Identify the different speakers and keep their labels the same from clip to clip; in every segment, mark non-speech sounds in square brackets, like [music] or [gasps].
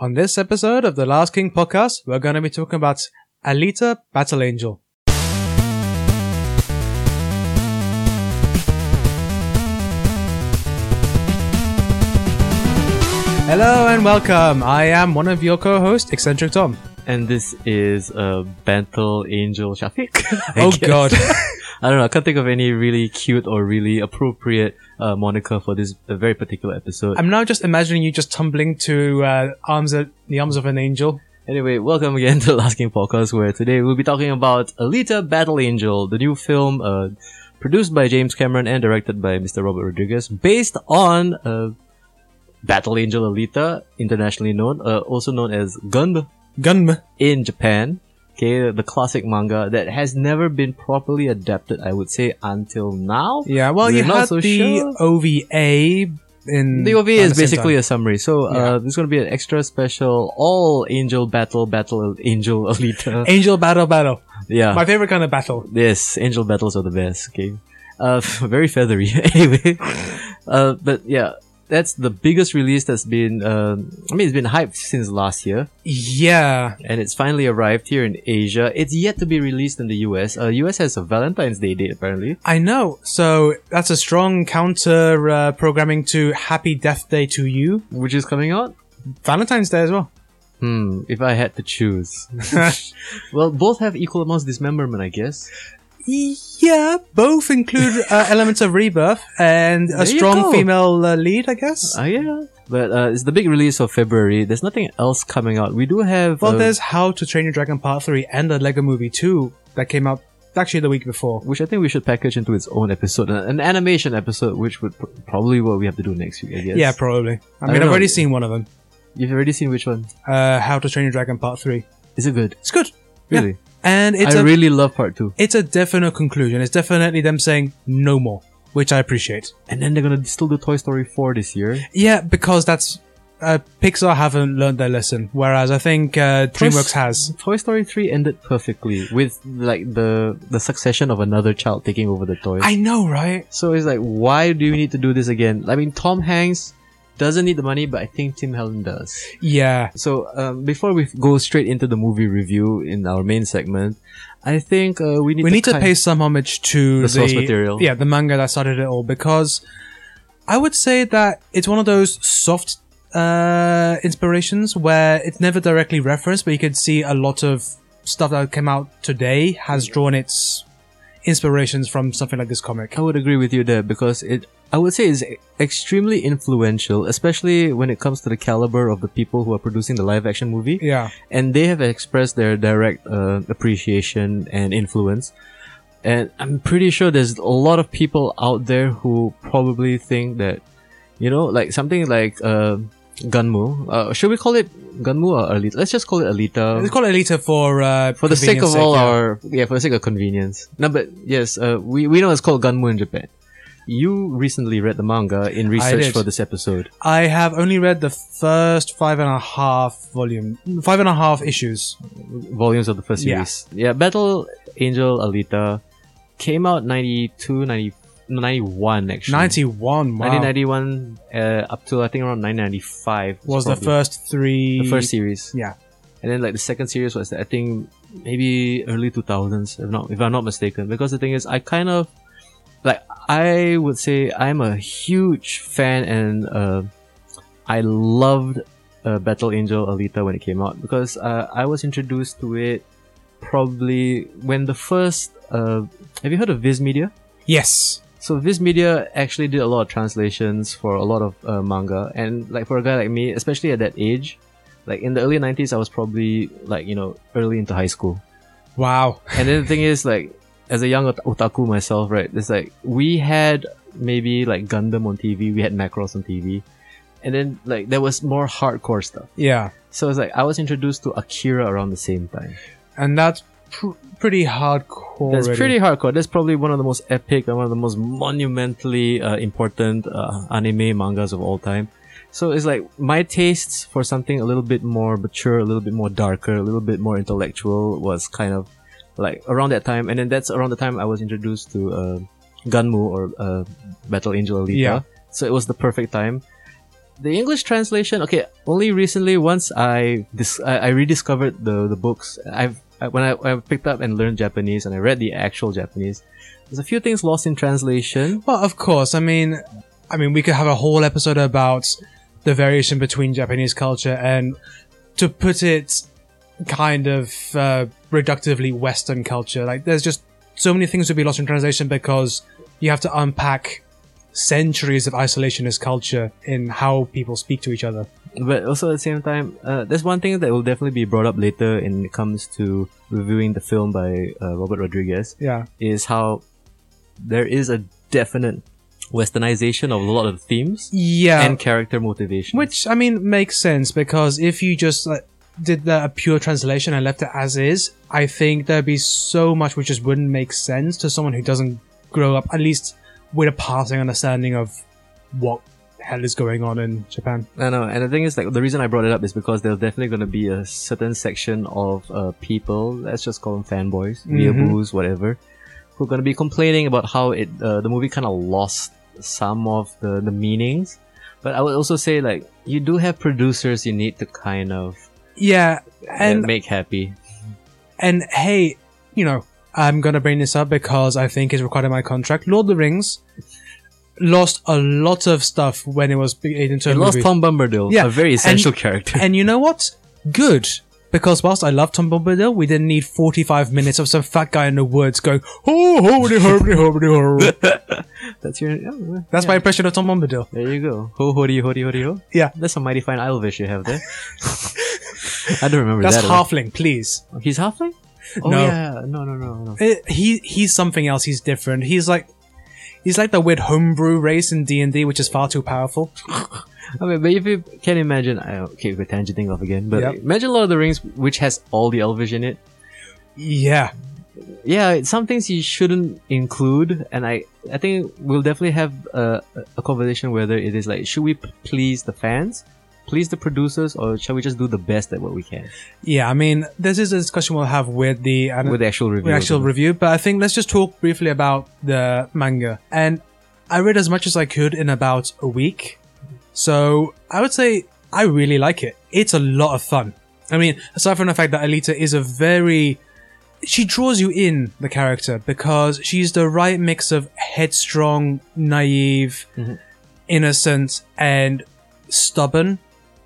Speaker 1: On this episode of the Last King podcast, we're going to be talking about Alita Battle Angel. Hello and welcome. I am one of your co-hosts, Eccentric Tom.
Speaker 2: And this is a uh, Bantle Angel Shafiq. [laughs] I
Speaker 1: oh
Speaker 2: guess.
Speaker 1: God, [laughs]
Speaker 2: I don't know. I can't think of any really cute or really appropriate uh, moniker for this uh, very particular episode.
Speaker 1: I'm now just imagining you just tumbling to uh, arms of, the arms of an angel.
Speaker 2: Anyway, welcome again [laughs] to the Last King Podcast, where today we'll be talking about Alita Battle Angel, the new film uh, produced by James Cameron and directed by Mr. Robert Rodriguez, based on uh, Battle Angel Alita, internationally known, uh, also known as Gun
Speaker 1: Gunm.
Speaker 2: in Japan. Okay, the classic manga that has never been properly adapted, I would say, until now.
Speaker 1: Yeah, well,
Speaker 2: We're
Speaker 1: you
Speaker 2: not
Speaker 1: had
Speaker 2: so
Speaker 1: the
Speaker 2: sure.
Speaker 1: OVA in
Speaker 2: The OVA
Speaker 1: Mm, around
Speaker 2: is
Speaker 1: the same
Speaker 2: basically
Speaker 1: time.
Speaker 2: a summary, so uh,
Speaker 1: Yeah.
Speaker 2: there's going to be an extra special all angel battle, battle angel [laughs] Alita.
Speaker 1: angel battle battle.
Speaker 2: yeah,
Speaker 1: My favorite kind of battle.
Speaker 2: Yes, angel battles are the best. Okay, uh, [laughs] very feathery. anyway, uh, but yeah, that's the biggest release that's been. um I mean, it's been hyped since last year,
Speaker 1: Yeah,
Speaker 2: and it's finally arrived here in Asia. It's yet to be released in the US. Uh, US has a Valentine's Day date apparently.
Speaker 1: I know. So that's a strong counter uh, programming to Happy Death Day to you,
Speaker 2: which is coming out?
Speaker 1: Valentine's Day as well.
Speaker 2: Hmm, if I had to choose. [laughs] well, both have equal amounts of dismemberment, I guess.
Speaker 1: Yeah, both
Speaker 2: [laughs]
Speaker 1: include uh, elements of rebirth and
Speaker 2: There
Speaker 1: a
Speaker 2: you
Speaker 1: strong
Speaker 2: go.
Speaker 1: female uh, lead, I guess.
Speaker 2: Ah, yeah. But uh, it's the big release of February. There's nothing else coming out. We do have.
Speaker 1: well,
Speaker 2: uh,
Speaker 1: there's How to Train Your Dragon Part 3 and the Lego Movie 2 that came out actually the week before.
Speaker 2: Which I think we should package into its own episode, Uh, an an animation episode, which would pr- probably what we have to do next week, I guess.
Speaker 1: Yeah, probably. I
Speaker 2: I
Speaker 1: mean,
Speaker 2: don't
Speaker 1: I've
Speaker 2: know.
Speaker 1: already seen one of them.
Speaker 2: You've already seen which one?
Speaker 1: Uh, How to Train Your Dragon Part 3.
Speaker 2: Is it good?
Speaker 1: It's good. Yeah.
Speaker 2: Really?
Speaker 1: And it's
Speaker 2: I
Speaker 1: a
Speaker 2: really love part two.
Speaker 1: it's a definite conclusion. It's definitely them saying no more, which I appreciate.
Speaker 2: And then they're gonna still do Toy Story four this year.
Speaker 1: Yeah, because that's uh, Pixar haven't learned their lesson, whereas I think uh,
Speaker 2: Plus-
Speaker 1: DreamWorks has.
Speaker 2: Toy Story three ended perfectly with like the the succession of another child taking over the toys.
Speaker 1: I know, right?
Speaker 2: So it's like, why do you need to do this again? I mean, Tom Hanks doesn't need the money, but I think Tim Helen does.
Speaker 1: Yeah,
Speaker 2: So um, before we go straight into the movie review in our main segment, I think uh, we need
Speaker 1: we
Speaker 2: to
Speaker 1: need to
Speaker 2: kind-
Speaker 1: pay some homage to
Speaker 2: The source material.
Speaker 1: Yeah, the manga that started it all, because I would say that it's one of those soft uh, inspirations where it's never directly referenced, but you could see a lot of stuff that came out today has drawn its inspirations from something like this comic.
Speaker 2: I would agree with you there because it. I would say is extremely influential, especially when it comes to the caliber of the people who are producing the live action movie.
Speaker 1: Yeah.
Speaker 2: and they have expressed their direct uh, appreciation and influence. And I'm pretty sure there's a lot of people out there who probably think that, you know, like something like uh, Gunmu. Uh, should we call it Gunmu or Alita? Let's just call it Alita
Speaker 1: Let's call it Alita for uh,
Speaker 2: for the sake of
Speaker 1: convenience
Speaker 2: all
Speaker 1: yeah.
Speaker 2: our yeah, for the sake of convenience. No, but yes, uh, we we know it's called Gunmu in Japan. You recently read the manga in research
Speaker 1: did.
Speaker 2: for this episode.
Speaker 1: I have only read the first five and a half volume, five and a half issues.
Speaker 2: volumes of the first
Speaker 1: Yeah.
Speaker 2: series. Yeah, Battle Angel Alita came out 92, 90, 91 actually.
Speaker 1: Ninety-one. Wow.
Speaker 2: 1991 uh, up to I think around 995
Speaker 1: was the
Speaker 2: probably
Speaker 1: first three.
Speaker 2: the first series.
Speaker 1: Yeah.
Speaker 2: And then like the second series was I think maybe early 2000s if not if I'm not mistaken because the thing is I kind of like I would say I'm a huge fan and uh, I loved uh, Battle Angel Alita when it came out because uh, I was introduced to it probably when the first uh, have you heard of Viz Media?
Speaker 1: Yes.
Speaker 2: So Viz Media actually did a lot of translations for a lot of uh, manga, and like for a guy like me, especially at that age, like in the early '90s, I was probably like you know early into high school.
Speaker 1: Wow. [laughs]
Speaker 2: And then the thing is, like as a young ot- otaku myself, right? It's like we had maybe like Gundam on TV, we had Macross on TV, and then like there was more hardcore stuff.
Speaker 1: Yeah.
Speaker 2: So it's like I was introduced to Akira around the same time.
Speaker 1: And that's pr- pretty hardcore.
Speaker 2: That's
Speaker 1: already.
Speaker 2: pretty hardcore. That's probably one of the most epic and one of the most monumentally uh, important uh, anime mangas of all time. So it's like my tastes for something a little bit more mature, a little bit more darker, a little bit more intellectual was kind of like around that time. And then that's around the time I was introduced to uh, Gunmu or uh, Battle Angel Alita.
Speaker 1: Yeah.
Speaker 2: So it was the perfect time. the English translation, okay, only recently once I dis- I, I rediscovered the the books. I've I, when I, I picked up and learned Japanese and I read the actual Japanese. There's a few things lost in translation.
Speaker 1: Well, of course. I mean, I mean, we could have a whole episode about the variation between Japanese culture and, to put it, kind of uh, reductively, Western culture. Like, there's just so many things would be lost in translation because you have to unpack centuries of isolationist culture in how people speak to each other.
Speaker 2: But also at the same time, uh, there's one thing that will definitely be brought up later in it comes to reviewing the film by uh, Robert Rodriguez
Speaker 1: Yeah.
Speaker 2: is how there is a definite westernization of a lot of themes
Speaker 1: Yeah.
Speaker 2: and character motivation.
Speaker 1: Which I mean makes sense because if you just like, did the, a pure translation and left it as is, I think there'd be so much which just wouldn't make sense to someone who doesn't grow up at least with a passing understanding of what the hell is going on in Japan.
Speaker 2: I know, and the thing is, like, the reason I brought it up is because there's definitely going to be a certain section of uh, people, let's just call them fanboys,
Speaker 1: Mhm.
Speaker 2: weeaboos, whatever, who are going to be complaining about how it uh, the movie kind of lost some of the, the meanings. But I would also say, like, you do have producers you need to kind of
Speaker 1: Yeah,
Speaker 2: uh,
Speaker 1: and
Speaker 2: make happy.
Speaker 1: and hey, you know, I'm gonna bring this up because I think it's required in my contract. Lord of the Rings lost a lot of stuff when it was made into a
Speaker 2: You lost
Speaker 1: movie.
Speaker 2: Tom Bombadil,
Speaker 1: Yeah,
Speaker 2: a very essential character.
Speaker 1: and you know what? Good. Because whilst I love Tom Bombadil, we didn't need 45 minutes of some fat guy in the "Oh, woods going, ho, ho, de, ho, de, ho, de, ho.
Speaker 2: [laughs] That's your. oh,
Speaker 1: That's my impression of Tom Bombadil.
Speaker 2: There you go. Ho ho ho ho ho.
Speaker 1: Yeah.
Speaker 2: That's a mighty fine Elvish you have there.
Speaker 1: [laughs]
Speaker 2: I don't remember
Speaker 1: That's
Speaker 2: that. at all.
Speaker 1: halfling, please.
Speaker 2: He's halfling? Oh,
Speaker 1: No.
Speaker 2: Yeah. No, no, no, no.
Speaker 1: Eh, he he's something else. He's different. He's like he's like the weird homebrew race in D and D, which is far too powerful.
Speaker 2: I mean, but if you can imagine, I, okay, we're tangenting off again, but
Speaker 1: Yep.
Speaker 2: imagine Lord of the Rings, which has all the Elvish in it.
Speaker 1: Yeah,
Speaker 2: Yeah, it's some things you shouldn't include, and I, I think we'll definitely have a, a conversation whether it is like, should we p- please the fans, please the producers, or shall we just do the best at what we can
Speaker 1: yeah. I mean, this is a discussion we'll have with the and
Speaker 2: with the actual review?
Speaker 1: an actual review, but I think let's just talk briefly about the manga. And I read as much as I could in about a week. So I would say I really like it. It's a lot of fun. I mean, aside from the fact that Alita is a very. She draws you in the character because she's the right mix of headstrong, naive,
Speaker 2: Mhm.
Speaker 1: innocent, and stubborn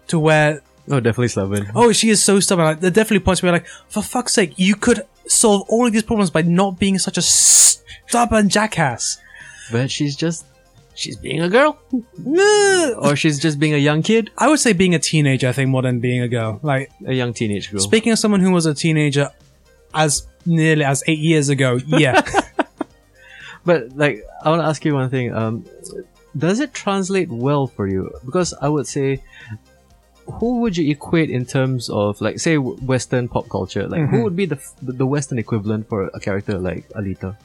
Speaker 1: to where
Speaker 2: Oh, definitely Slaven.
Speaker 1: oh, she is so stubborn. Like, there are definitely points where you're like, for fuck's sake, you could solve all of these problems by not being such a stubborn jackass.
Speaker 2: But she's just, she's being a [laughs] girl,
Speaker 1: Or-
Speaker 2: or she's just being a young kid,
Speaker 1: I would say being a teenager, I think, more than being a girl. Like,
Speaker 2: a young teenage girl.
Speaker 1: speaking of someone who was a teenager as nearly as eight years ago, yeah.
Speaker 2: But like, I want to ask you one thing. Um, does it translate well for you? Because I would say, who would you equate in terms of like, say, w- Western pop culture? Like, who
Speaker 1: Mhm.
Speaker 2: would be the f- the Western equivalent for a character like Alita?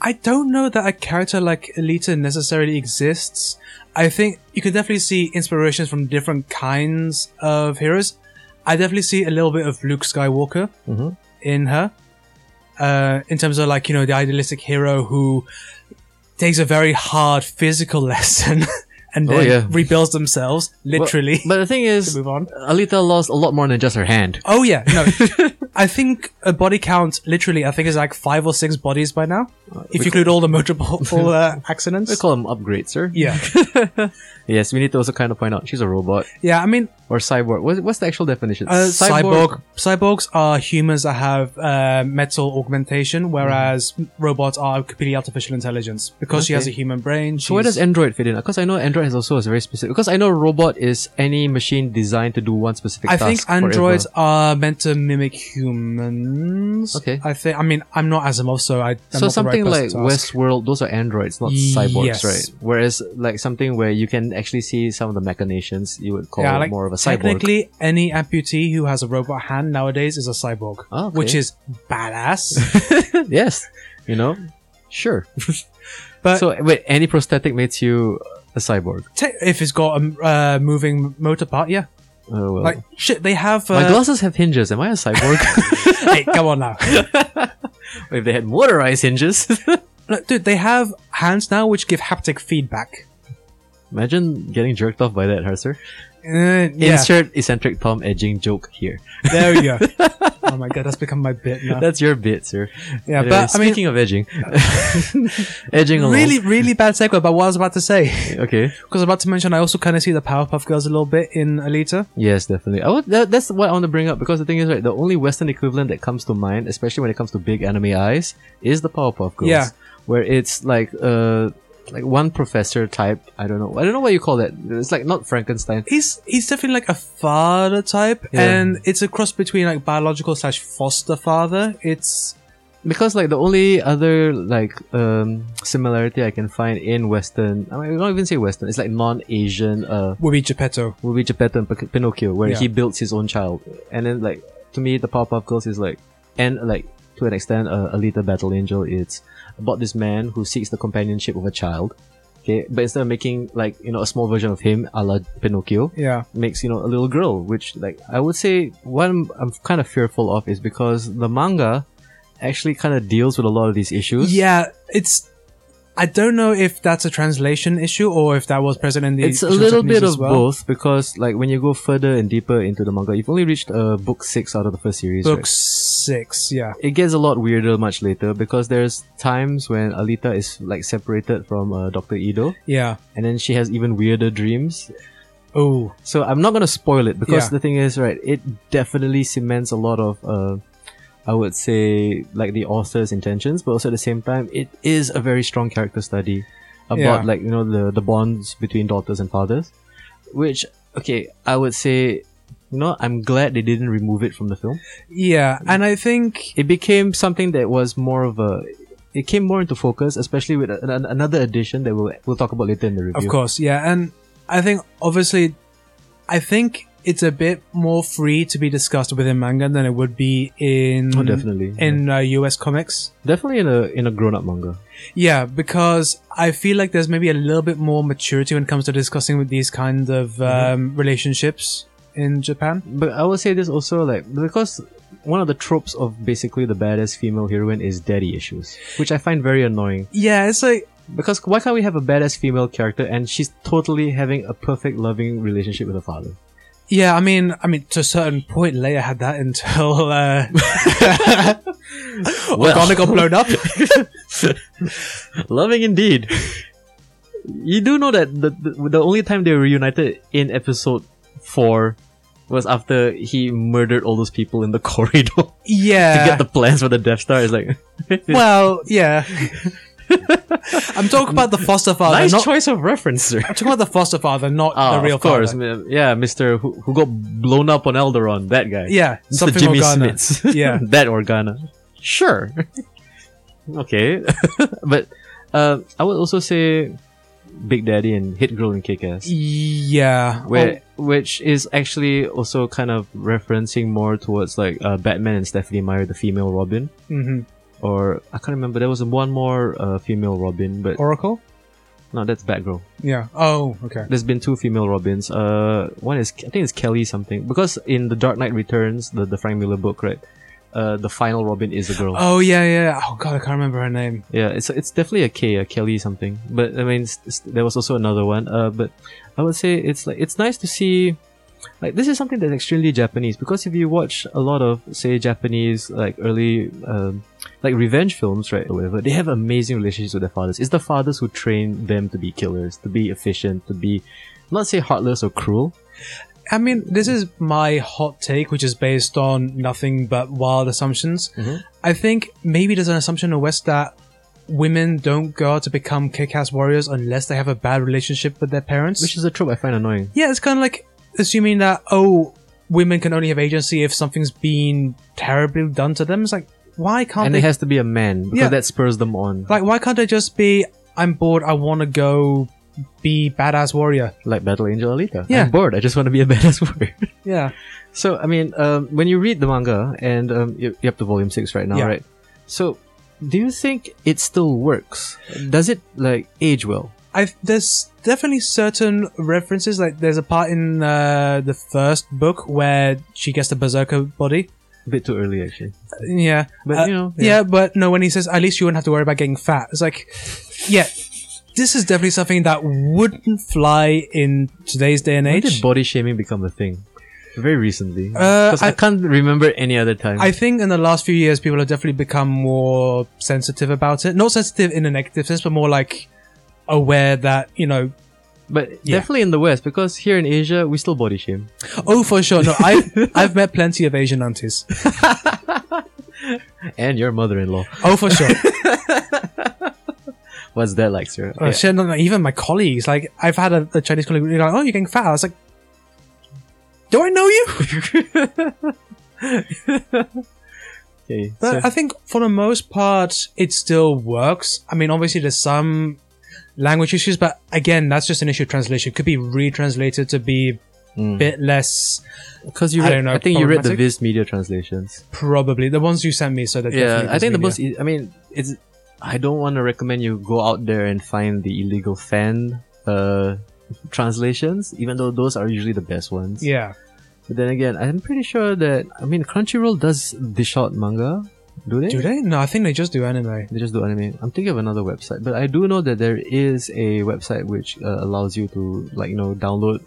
Speaker 1: I don't know that a character like Alita necessarily exists. I think you can definitely see inspirations from different kinds of heroes. I definitely see a little bit of Luke Skywalker
Speaker 2: Mhm.
Speaker 1: in her, uh, in terms of like you know the idealistic hero who takes a very hard physical [laughs] lesson and
Speaker 2: Oh,
Speaker 1: then
Speaker 2: yeah.
Speaker 1: rebuilds themselves literally.
Speaker 2: But the thing
Speaker 1: [laughs]
Speaker 2: is,
Speaker 1: Move on.
Speaker 2: Alita lost a lot more than just her hand.
Speaker 1: Oh yeah, no. [laughs] I think a body count literally I think is like five or six bodies by now, if you include all the motorball [laughs] all, uh, accidents.
Speaker 2: We call them upgrades, sir. [laughs]
Speaker 1: Yeah,
Speaker 2: Yes, we need to also kind of point out she's a robot
Speaker 1: yeah. I mean,
Speaker 2: or cyborg. What's, what's the actual definition?
Speaker 1: uh, cyborg. cyborgs are humans that have uh, metal augmentation, whereas robots are completely artificial intelligence. Because she has a
Speaker 2: Mm-hmm. Okay.
Speaker 1: human brain, she's,
Speaker 2: So where does Android fit in? Because I know Android has also a very specific. Because I know robot is any machine designed to do one specific
Speaker 1: I
Speaker 2: task.
Speaker 1: think
Speaker 2: forever.
Speaker 1: androids are meant to mimic humans.
Speaker 2: Okay.
Speaker 1: I think. I mean, I'm not Asimov, so I. I'm
Speaker 2: so
Speaker 1: not the right
Speaker 2: something
Speaker 1: person
Speaker 2: like
Speaker 1: to ask.
Speaker 2: Westworld, those are androids, not cyborgs,
Speaker 1: Yes.
Speaker 2: right? Whereas like something where you can actually see some of the machinations, you would call
Speaker 1: Yeah, like
Speaker 2: more of a cyborg.
Speaker 1: technically, any amputee who has a robot hand nowadays is a cyborg,
Speaker 2: Ah, okay.
Speaker 1: which is badass.
Speaker 2: [laughs] yes, you know, sure.
Speaker 1: [laughs] But
Speaker 2: so wait, any prosthetic makes you a cyborg?
Speaker 1: te- if it's got a uh, moving motor part, yeah.
Speaker 2: Oh well.
Speaker 1: Like shit, they have. Uh,
Speaker 2: my glasses have hinges. Am I
Speaker 1: [laughs]
Speaker 2: a cyborg? [laughs]
Speaker 1: hey, come on now.
Speaker 2: if they had motorized hinges, [laughs]
Speaker 1: Look, dude, they have hands now which give haptic feedback.
Speaker 2: Imagine getting jerked off by that, Herser.
Speaker 1: Uh, yeah, Uh-huh.
Speaker 2: Insert eccentric Tom edging joke here.
Speaker 1: there we
Speaker 2: [laughs]
Speaker 1: go. oh my god, that's become my bit now.
Speaker 2: That's your bit, sir.
Speaker 1: yeah,
Speaker 2: Anyway,
Speaker 1: but I mean, uh,
Speaker 2: speaking of edging, [laughs] edging along.
Speaker 1: really, really bad segue. But what I was about to say,
Speaker 2: Okay.
Speaker 1: because I was about to mention, I also kind of see the Powerpuff Girls a little bit in Alita.
Speaker 2: Yes, definitely. I would, that, that's what I want to bring up because the thing is, right, the only Western equivalent that comes to mind, especially when it comes to big anime eyes, is the Powerpuff Girls.
Speaker 1: Yeah.
Speaker 2: Where it's like uh like one professor type. I don't know. I don't know what you call that. It's like not Frankenstein.
Speaker 1: He's he's definitely like a father type,
Speaker 2: Yeah.
Speaker 1: and it's a cross between like biological slash foster father. It's
Speaker 2: Because like the only other like um similarity I can find in Western, I mean, I don't even say Western. It's like non-Asian uh
Speaker 1: would be Geppetto.
Speaker 2: movie Geppetto and Pin- Pinocchio, where
Speaker 1: Yeah.
Speaker 2: he builds his own child, and then like to me, the Powerpuff Girls is like, and like to an extent, uh, Alita Battle Angel. It's about this man who seeks the companionship of a child. Okay, but instead of making like you know a small version of him, a la Pinocchio,
Speaker 1: Yeah,
Speaker 2: makes you know a little girl which like i would say what i'm, I'm kind of fearful of is because the manga actually kind of deals with a lot of these issues
Speaker 1: yeah. It's I don't know if that's a translation issue or if that was present in the.
Speaker 2: it's a
Speaker 1: original
Speaker 2: little
Speaker 1: Japanese
Speaker 2: bit
Speaker 1: as
Speaker 2: of
Speaker 1: well.
Speaker 2: both because like when you go further and deeper into the manga you've only reached uh, book six out of the first series
Speaker 1: Book
Speaker 2: right?
Speaker 1: six, yeah.
Speaker 2: it gets a lot weirder much later because there's times when alita is like separated from uh, dr edo
Speaker 1: Yeah.
Speaker 2: and then she has even weirder dreams
Speaker 1: Oh,
Speaker 2: So I'm not gonna spoil it because
Speaker 1: Yeah.
Speaker 2: the thing is, right? It definitely cements a lot of, uh, I would say, like the author's intentions, but also at the same time, it is a very strong character study about
Speaker 1: Yeah.
Speaker 2: like you know the the bonds between daughters and fathers, which okay, I would say. You know, I'm glad they didn't remove it from the film.
Speaker 1: yeah. And I think
Speaker 2: It became something that was more of a. It came more into focus, especially with an, an- another addition that we'll we'll talk about later in the review.
Speaker 1: Of course, yeah, and I think obviously, I think it's a bit more free to be discussed within manga than it would be in
Speaker 2: Oh, definitely.
Speaker 1: in uh, US comics.
Speaker 2: definitely in a in a grown up manga.
Speaker 1: Yeah, because I feel like there's maybe a little bit more maturity when it comes to discussing with these kind
Speaker 2: Mm-hmm.
Speaker 1: of um, relationships in Japan.
Speaker 2: But I would say this also like because one of the tropes of basically the badass female heroine is daddy issues, which I find very annoying.
Speaker 1: Yeah, it's like
Speaker 2: Because why can't we have a badass female character and she's totally having a perfect loving relationship with her father?
Speaker 1: yeah, I mean, I mean, to a certain point, Leia had that [laughs] until uh, Organa got
Speaker 2: [laughs]
Speaker 1: blown up.
Speaker 2: loving indeed. You do know that the, the the only time they were reunited in episode four was after he murdered all those people in the [laughs] corridor to
Speaker 1: Yeah,
Speaker 2: get the plans for the Death Star. It's like
Speaker 1: [laughs] well, yeah. I'm talking about the foster father,
Speaker 2: nice
Speaker 1: Oh, not
Speaker 2: choice of reference, sir.
Speaker 1: I'm talking about [laughs] the foster father, not
Speaker 2: Ah,
Speaker 1: the real
Speaker 2: of course.
Speaker 1: father.
Speaker 2: m- Yeah, Mr. Who, who got blown up on Alderon, that guy.
Speaker 1: Yeah,
Speaker 2: Mr.
Speaker 1: something
Speaker 2: Jimmy
Speaker 1: Morgana. [laughs]
Speaker 2: Smits. [laughs]
Speaker 1: Yeah.
Speaker 2: that Organa. Sure. [laughs] okay. [laughs] but uh, I would also say Big Daddy and Hit Girl and Kick Ass.
Speaker 1: Yeah.
Speaker 2: Where, Which is actually also kind of referencing more towards like uh, Batman and Stephanie Meyer, the female Robin.
Speaker 1: Oh, mhm.
Speaker 2: Or I can't remember, there was one more uh, female Robin, but
Speaker 1: Oracle?
Speaker 2: no, that's Batgirl.
Speaker 1: Yeah. Oh, okay.
Speaker 2: there's been two female Robins. Uh, one is I think it's Kelly something because in the Dark Knight Returns, the the Frank Miller book, right? Uh, the final Robin is a girl.
Speaker 1: Oh, yeah, yeah. Oh, God, I can't remember her name.
Speaker 2: Yeah, it's it's definitely a K, a Kelly something. But I mean, s s- there was also another one. Uh, but I would say it's like it's nice to see. Like this is something that's extremely Japanese because if you watch a lot of say Japanese like early um, like revenge films right or whatever, they have amazing relationships with their fathers. It's the fathers who train them to be killers, to be efficient, to be not say heartless or cruel,
Speaker 1: I mean, this is my hot take, which is based on nothing but wild assumptions.
Speaker 2: Mhm.
Speaker 1: I think maybe there's an assumption in the West that women don't go out to become kick ass warriors unless they have a bad relationship with their parents.
Speaker 2: which is a trope I find annoying.
Speaker 1: yeah, it's kind of like assuming that, oh, women can only have agency if something's been terribly done to them. It's like, why can't
Speaker 2: And
Speaker 1: they
Speaker 2: it has to be a man because
Speaker 1: Yeah.
Speaker 2: that spurs them on,
Speaker 1: Like, why can't I just be, I'm bored, I want to go be badass warrior?
Speaker 2: like Battle Angel Alita.
Speaker 1: Yeah.
Speaker 2: I'm bored. I just want to be a [laughs] badass warrior.
Speaker 1: Yeah.
Speaker 2: so I mean, um, when you read the manga and um, you're, you're up to volume six right now,
Speaker 1: Yeah.
Speaker 2: right? So, do you think it still works? Does it like age well?
Speaker 1: I There's definitely certain references, like, there's a part in uh, the first book where she gets the berserker body.
Speaker 2: A bit too early, actually.
Speaker 1: Yeah.
Speaker 2: But
Speaker 1: Uh,
Speaker 2: you know,
Speaker 1: yeah. but no, when he says, at least you wouldn't have to worry about getting fat. It's like, yeah. this is definitely something that wouldn't fly in today's day and
Speaker 2: When
Speaker 1: age.
Speaker 2: did body shaming become a thing? Very recently.
Speaker 1: Uh,
Speaker 2: Because I,
Speaker 1: I-
Speaker 2: can't remember any other time.
Speaker 1: I think in the last few years, people have definitely become more sensitive about it. Not sensitive in a negative sense, but more like aware that you know.
Speaker 2: but
Speaker 1: Yeah.
Speaker 2: definitely in the West, because here in Asia, we still body shame.
Speaker 1: Oh, for sure. No, I've
Speaker 2: [laughs]
Speaker 1: I've met plenty of Asian aunties.
Speaker 2: And your mother in law.
Speaker 1: Oh, for sure.
Speaker 2: What's that like, sir?
Speaker 1: Oh, shit, no, no, even my colleagues. Like I've had a, a Chinese colleague. You're like, oh, you're getting fat. I was like, do I know
Speaker 2: [laughs]
Speaker 1: you?
Speaker 2: Okay.
Speaker 1: But
Speaker 2: so-
Speaker 1: Uh, I think for the most part, it still works. I mean, obviously there's some language issues, but again, that's just an issue of translation. It could be retranslated to be a
Speaker 2: Mm.
Speaker 1: bit less,
Speaker 2: Because you,
Speaker 1: I
Speaker 2: read, I,
Speaker 1: don't know,
Speaker 2: think you read the
Speaker 1: problematic?
Speaker 2: Viz Media translations.
Speaker 1: probably the ones you sent me. So that
Speaker 2: Yeah, I think the most. e- I mean, it's. I don't want to recommend you go out there and find the illegal fan uh, translations, even though those are usually the best ones.
Speaker 1: yeah,
Speaker 2: But then again, I'm pretty sure that I mean, Crunchyroll does dish out manga, do they?
Speaker 1: do they? No, I think they just do anime.
Speaker 2: They just do anime. I'm thinking of another website, but I do know that there is a website which uh, allows you to like you know download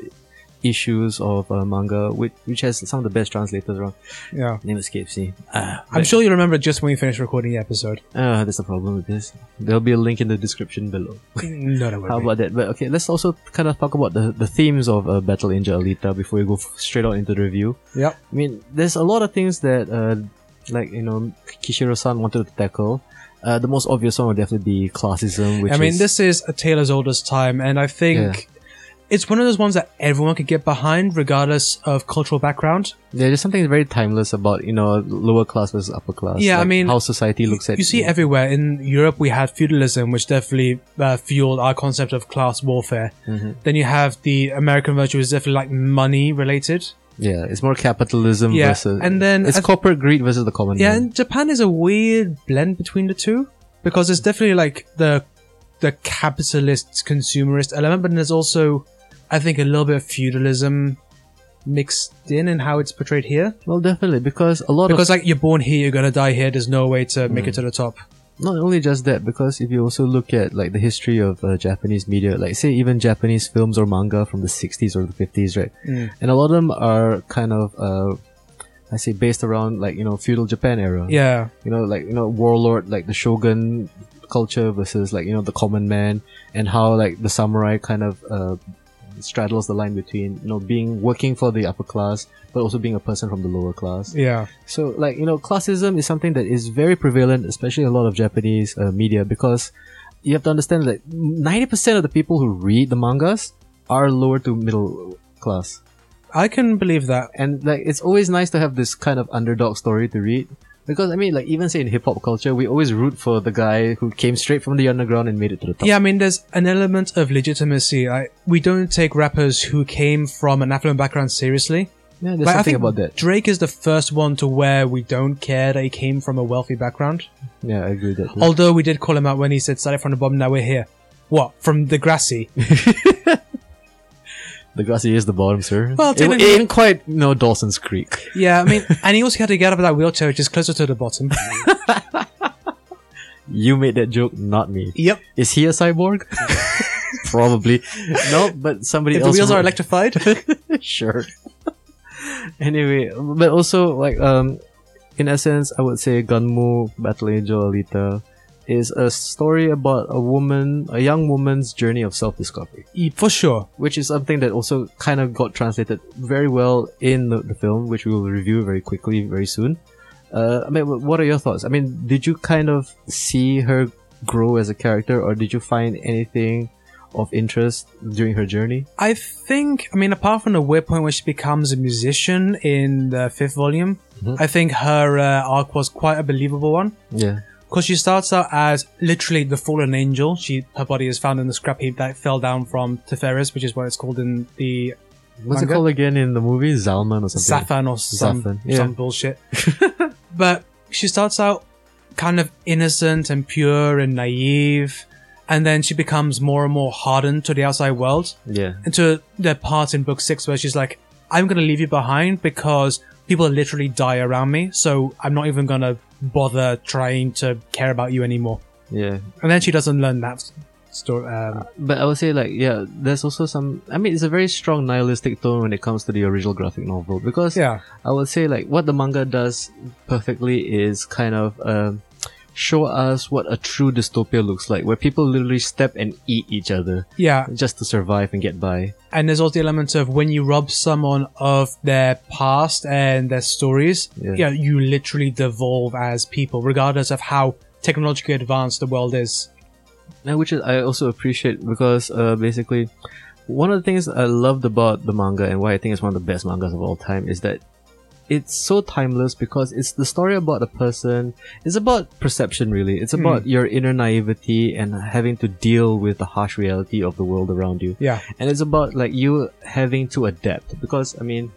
Speaker 2: issues of uh, manga, which which has some of the best translators around.
Speaker 1: Yeah,
Speaker 2: Name escapes me. Ah,
Speaker 1: I'm sure you remember just when we finished recording the episode. [laughs]
Speaker 2: Uh, that's the problem with this. There'll be a link in the description below.
Speaker 1: no, no,
Speaker 2: How about that? But okay, let's also kind of talk about the, the themes of uh, Battle Angel Alita before we go f- straight out into the review.
Speaker 1: Yep.
Speaker 2: I mean, there's a lot of things that, uh, like, you know, Kishiro-san wanted to tackle. Uh, the most obvious one would definitely be classism, which
Speaker 1: I mean,
Speaker 2: is-
Speaker 1: this is a tale as old as time, and I think it's one of those ones that everyone could get behind, regardless of cultural background.
Speaker 2: yeah, there's something very timeless about, you know, lower class versus upper class.
Speaker 1: Yeah, I
Speaker 2: like
Speaker 1: mean,
Speaker 2: How society looks at
Speaker 1: You see everywhere in Europe, we had feudalism, which definitely uh, fueled our concept of class warfare.
Speaker 2: Mhm.
Speaker 1: Then you have the American virtue, which is definitely like money related.
Speaker 2: Yeah, it's more capitalism
Speaker 1: Yeah,
Speaker 2: versus...
Speaker 1: and then
Speaker 2: It's
Speaker 1: I-
Speaker 2: corporate greed versus the common
Speaker 1: Yeah,
Speaker 2: man.
Speaker 1: and Japan is a weird blend between the two because there's definitely like the the capitalist consumerist element, but there's also, I think, a little bit of feudalism mixed in in how it's portrayed here.
Speaker 2: Well, definitely, because a lot of
Speaker 1: Because like you're born here, you're gonna die here. There's no way to make it
Speaker 2: Mm.
Speaker 1: to the top.
Speaker 2: not only just that because if you also look at like the history of uh, japanese media like say even japanese films or manga from the 60s or the 50s right
Speaker 1: Mm.
Speaker 2: and a lot of them are kind of uh, i say based around like you know feudal japan era
Speaker 1: Yeah,
Speaker 2: you know like you know warlord like the shogun culture versus like you know the common man and how like the samurai kind of uh, straddles the line between you know being working for the upper class but also being a person from the lower class
Speaker 1: yeah,
Speaker 2: so, like, you know, classism is something that is very prevalent, especially in a lot of Japanese uh, media, because you have to understand that 90% of the people who read the mangas are lower to middle class.
Speaker 1: I can believe that.
Speaker 2: And, like, it's always nice to have this kind of underdog story to read. Because, I mean, like, even say in hip hop culture, we always root for the guy who came straight from the underground and made it to the top.
Speaker 1: Yeah, I mean, there's an element of legitimacy. Like, we don't take rappers who came from an affluent background seriously.
Speaker 2: Yeah,
Speaker 1: Like,
Speaker 2: there's
Speaker 1: I
Speaker 2: something
Speaker 1: think
Speaker 2: about that.
Speaker 1: Drake is the first one to where we don't care that he came from a wealthy background.
Speaker 2: Yeah, I agree with that. too.
Speaker 1: Although we did call him out when he said, started from the bottom, now we're here. What? From the
Speaker 2: [laughs]
Speaker 1: grassy?
Speaker 2: The grassy is the bottom, sir.
Speaker 1: Well,
Speaker 2: it,
Speaker 1: technically-
Speaker 2: it ain't quite, you know, Dawson's Creek.
Speaker 1: yeah, I mean, and he also had to get out of that wheelchair, which is closer to the bottom.
Speaker 2: You made that joke, not me.
Speaker 1: yep.
Speaker 2: Is he a cyborg?
Speaker 1: [laughs]
Speaker 2: Probably. No, but somebody
Speaker 1: If the
Speaker 2: else.
Speaker 1: wheels are
Speaker 2: wrote-
Speaker 1: electrified.
Speaker 2: [laughs] sure. anyway, but also like um, in essence, I would say Ganmu Battle Angel Alita is a story about a woman, a young woman's journey of self-discovery,
Speaker 1: Y- for sure.
Speaker 2: which is something that also kind of got translated very well in the, the film, which we will review very quickly very soon. Uh, I mean, wh- what are your thoughts? I mean, did you kind of see her grow as a character, or did you find anything of interest during her journey?
Speaker 1: I think, I mean, apart from the weird point where she becomes a musician in the fifth volume,
Speaker 2: Mhm.
Speaker 1: I think her uh, arc was quite a believable one.
Speaker 2: Yeah.
Speaker 1: Because she starts out as literally the fallen angel. She her body is found in the scrap heap that fell down from Tiferes, which is what it's called in the
Speaker 2: What's
Speaker 1: Manga?
Speaker 2: it called again in the movie? Zalman or something?
Speaker 1: Safan or some,
Speaker 2: Safan, yeah.
Speaker 1: some
Speaker 2: [laughs]
Speaker 1: bullshit. but she starts out kind of innocent and pure and naive, and then she becomes more and more hardened to the outside world.
Speaker 2: Yeah.
Speaker 1: And to the part in book six where she's like, I'm gonna leave you behind because people literally die around me, so I'm not even gonna bother trying to care about you anymore.
Speaker 2: Yeah.
Speaker 1: And then she doesn't learn that story. Um,
Speaker 2: But I would say like yeah, there's also some. I mean, it's a very strong nihilistic tone when it comes to the original graphic novel because
Speaker 1: yeah,
Speaker 2: I would say like what the manga does perfectly is kind of um, show us what a true dystopia looks like, where people literally step and eat each other
Speaker 1: yeah.
Speaker 2: just to survive and get by.
Speaker 1: And there's also the element of when you rob someone of their past and their stories,
Speaker 2: Yeah.
Speaker 1: yeah, you literally devolve as people, regardless of how technologically advanced the world is.
Speaker 2: Yeah, which is, I also appreciate because uh, basically one of the things I loved about the manga and why I think it's one of the best mangas of all time is that it's so timeless because it's the story about a person. It's about perception, really. It's about your inner naivety and having to deal with the harsh reality of the world around you.
Speaker 1: Yeah,
Speaker 2: and it's about like you having to adapt because I mean,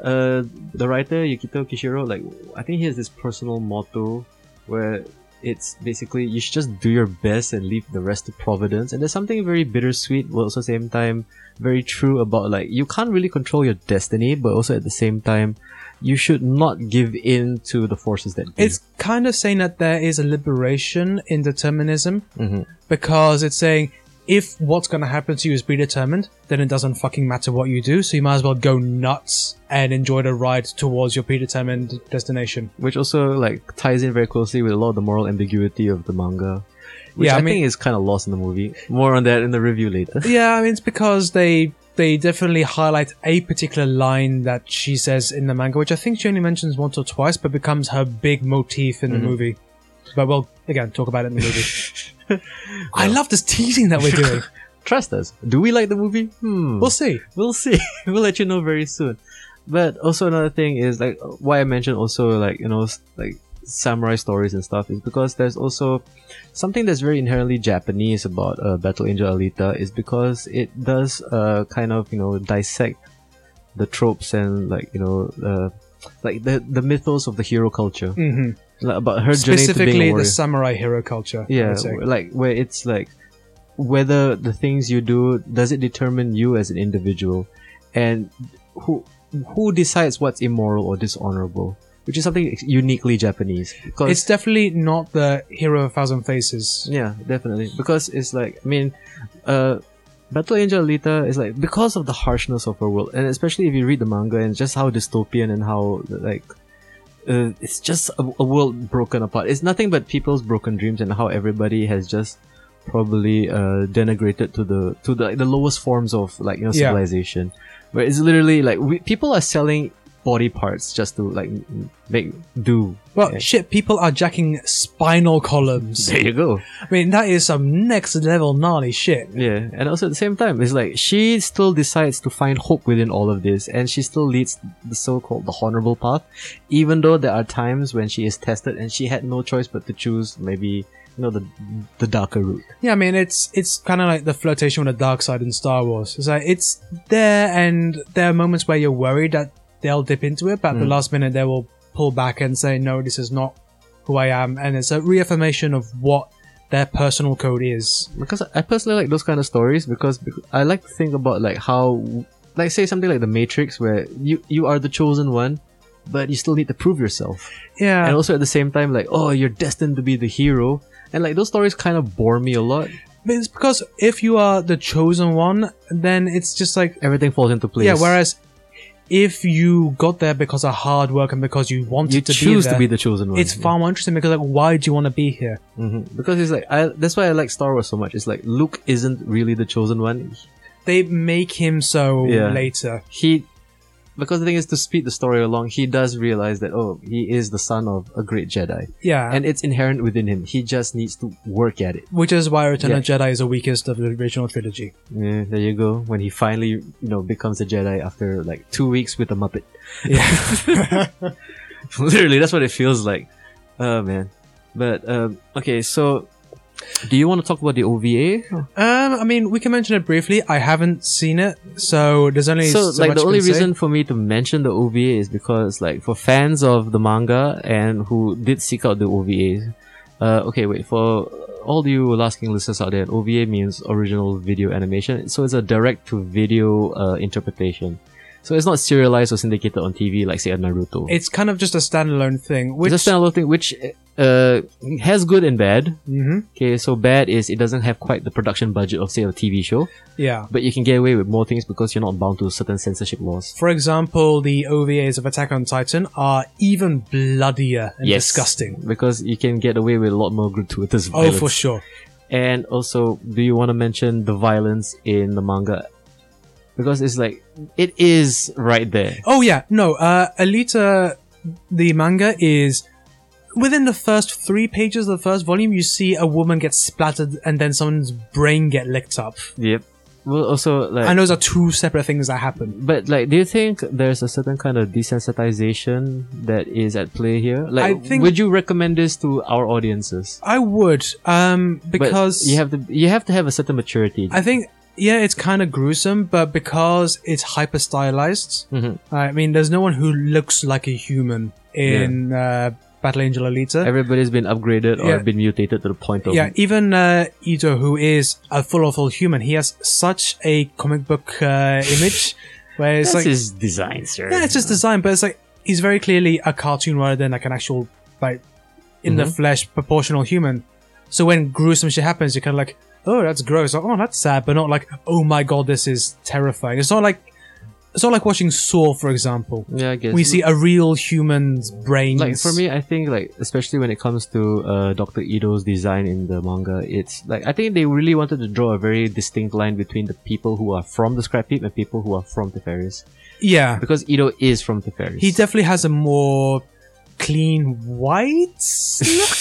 Speaker 2: uh, the writer Yukito Kishiro, like I think he has this personal motto where it's basically you should just do your best and leave the rest to providence. And there's something very bittersweet, but also same time very true about like you can't really control your destiny, but also at the same time. You should not give in to the forces that do.
Speaker 1: it's kind of saying that there is a liberation in determinism
Speaker 2: Mhm.
Speaker 1: because it's saying if what's going to happen to you is predetermined, then it doesn't fucking matter what you do. So you might as well go nuts and enjoy the ride towards your predetermined destination.
Speaker 2: which also like ties in very closely with a lot of the moral ambiguity of the manga, which
Speaker 1: Yeah, I
Speaker 2: I,
Speaker 1: mean-
Speaker 2: think is kind of lost in the movie. More on that in the review later. [laughs]
Speaker 1: yeah, I mean, it's because they they definitely highlight a particular line that she says in the manga, which I think she only mentions once or twice, but becomes her big motif in the movie. But we'll again talk about it in the movie. [laughs] I love this teasing that we're [laughs] doing.
Speaker 2: Trust us. Do we like the movie? Hmm.
Speaker 1: we'll see.
Speaker 2: we'll see. [laughs] we'll let you know very soon. But also another thing is like why I mentioned also like you know s- like samurai stories and stuff is because there's also something that's very inherently Japanese about uh, Battle Angel Alita is because it does uh, kind of you know dissect the tropes and like you know uh, like the the mythos of the hero culture
Speaker 1: hmm
Speaker 2: like, about her journey to being a
Speaker 1: Specifically,
Speaker 2: warrior
Speaker 1: the samurai hero culture. I
Speaker 2: yeah
Speaker 1: would say.
Speaker 2: w- like where it's like whether the things you do does it determine you as an individual and who who decides what's immoral or dishonorable which is something ex- uniquely japanese because
Speaker 1: it's definitely not the hero of a thousand faces.
Speaker 2: yeah definitely because it's like i mean uh Battle Angel Alita is like because of the harshness of her world, and especially if you read the manga and just how dystopian and how like uh, it's just a, a world broken apart. It's nothing but people's broken dreams and how everybody has just probably uh, denigrated to the to the, the lowest forms of like you know
Speaker 1: Yeah.
Speaker 2: civilization. Where it's literally like we, people are selling body parts just to like m- make do.
Speaker 1: Well,
Speaker 2: Yeah.
Speaker 1: shit, people are jacking spinal columns.
Speaker 2: There you go.
Speaker 1: I mean, that is some next level gnarly shit.
Speaker 2: Yeah, and also at the same time, it's like she still decides to find hope within all of this, and she still leads the so-called the honorable path, even though there are times when she is tested and she had no choice but to choose maybe you know the the darker route.
Speaker 1: Yeah, I mean it's it's kind of like the flirtation with the dark side in Star Wars. It's like it's there, and there are moments where you're worried that they'll dip into it, but at the
Speaker 2: Mm.
Speaker 1: last minute they will pull back and say, "No, this is not who I am," and it's a reaffirmation of what their personal code is.
Speaker 2: Because I personally like those kind of stories because bec- I like to think about like how like say something like the Matrix where you you are the chosen one, but you still need to prove yourself.
Speaker 1: Yeah,
Speaker 2: and also at the same time like oh you're destined to be the hero. And like those stories kind of bore me a lot.
Speaker 1: but it's because if you are the chosen one, then it's just like
Speaker 2: Everything falls into place.
Speaker 1: yeah. Whereas if you got there because of hard work and because you wanted
Speaker 2: you
Speaker 1: to
Speaker 2: choose
Speaker 1: be
Speaker 2: to
Speaker 1: there,
Speaker 2: be the chosen one.
Speaker 1: it's far more interesting because like, why do you want to be here?
Speaker 2: hmm because it's like I, that's why I like Star Wars so much. It's like Luke isn't really the chosen one.
Speaker 1: They make him so
Speaker 2: Yeah.
Speaker 1: later.
Speaker 2: He because the thing is to speed the story along, he does realize that oh, he is the son of a great Jedi,
Speaker 1: Yeah,
Speaker 2: and it's inherent within him. He just needs to work at it.
Speaker 1: which is why Return of the Jedi is the weakest of the original trilogy.
Speaker 2: Yeah, there you go. When he finally you know becomes a Jedi after like two weeks with a Muppet,
Speaker 1: Yeah,
Speaker 2: [laughs] literally that's what it feels like. Oh man, but um, okay, so. Do you want to talk about the OVA?
Speaker 1: um, I mean, we can mention it briefly. I haven't seen it, so there's only
Speaker 2: so, like
Speaker 1: much
Speaker 2: the
Speaker 1: we
Speaker 2: only
Speaker 1: can say.
Speaker 2: reason for me to mention the OVA is because like for fans of the manga and who did seek out the OVA, uh, okay, wait for all you asking listeners out there, OVA means original video animation, so it's a direct to video uh, interpretation. So it's not serialized or syndicated on TV like say a Naruto.
Speaker 1: It's kind of just a standalone thing, which
Speaker 2: it's a standalone thing, which uh, has good and bad.
Speaker 1: Mm-hmm.
Speaker 2: Okay, so bad is it doesn't have quite the production budget of say a TV show,
Speaker 1: Yeah.
Speaker 2: but you can get away with more things because you're not bound to certain censorship laws.
Speaker 1: For example, the OVAs of Attack on Titan are even bloodier and
Speaker 2: Yes.
Speaker 1: disgusting.
Speaker 2: Because you can get away with a lot more gratuitous
Speaker 1: Oh,
Speaker 2: violence.
Speaker 1: for sure.
Speaker 2: And also, do you want to mention the violence in the manga? Because it's like it is right there.
Speaker 1: Oh yeah, no. Uh, Alita, the manga is within the first three pages of the first volume. You see a woman get splattered and then someone's brain get licked up.
Speaker 2: Yep. Well, also like
Speaker 1: And those are two separate things that happen.
Speaker 2: But like, do you think there's a certain kind of desensitization that is at play here? Like,
Speaker 1: I think-
Speaker 2: would you recommend this to our audiences?
Speaker 1: I would, um,
Speaker 2: But
Speaker 1: because
Speaker 2: you have to, you have to have a certain maturity.
Speaker 1: I think yeah, it's kind of gruesome, but because it's hyper stylized.
Speaker 2: Mhm.
Speaker 1: I mean, there's no one who looks like a human in uh, Battle Angel Alita.
Speaker 2: Everybody's been upgraded or
Speaker 1: Yeah.
Speaker 2: been mutated to the point of
Speaker 1: yeah, even uh, Ito, who is a full of full human, he has such a comic book uh, image where it's
Speaker 2: That's
Speaker 1: like,
Speaker 2: his design, sir.
Speaker 1: yeah, it's just design, but it's like he's very clearly a cartoon rather than like an actual like in
Speaker 2: Mm-hmm.
Speaker 1: the flesh proportional human. So when gruesome shit happens, you're kind of like, oh, that's gross, or, oh, that's sad, but not like, oh my god, this is terrifying. It's not like it's not like watching Saw, for example.
Speaker 2: Yeah, I guess
Speaker 1: We see a real human's brain.
Speaker 2: Like for me, I think like especially when it comes to uh, Doctor Ido's design in the manga, it's like I think they really wanted to draw a very distinct line between the people who are from the scrap heap and people who are from Teferis.
Speaker 1: yeah,
Speaker 2: Because Ido is from Teferis.
Speaker 1: he definitely has a more clean white
Speaker 2: [laughs]
Speaker 1: look.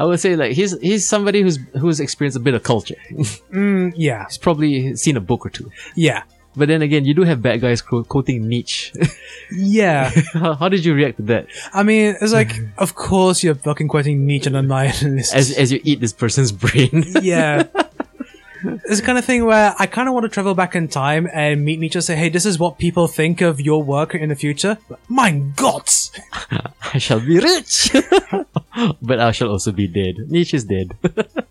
Speaker 2: I would say like he's he's somebody who's who's experienced a bit of culture. [laughs]
Speaker 1: Mm, yeah,
Speaker 2: he's probably seen a book or two.
Speaker 1: yeah,
Speaker 2: But then again, you do have bad guys co- quoting Nietzsche. [laughs]
Speaker 1: yeah.
Speaker 2: how, how did you react to that
Speaker 1: I mean, it's like, of course you're fucking quoting Nietzsche and [laughs] Annihilist.
Speaker 2: as as you eat this person's [laughs] brain? [laughs]
Speaker 1: yeah. It's the kind of thing where I kind of want to travel back in time and meet Nietzsche and say, hey, this is what people think of your work in the future. Mein Gott!
Speaker 2: I shall be rich, [laughs] but I shall also be dead. Nietzsche is dead.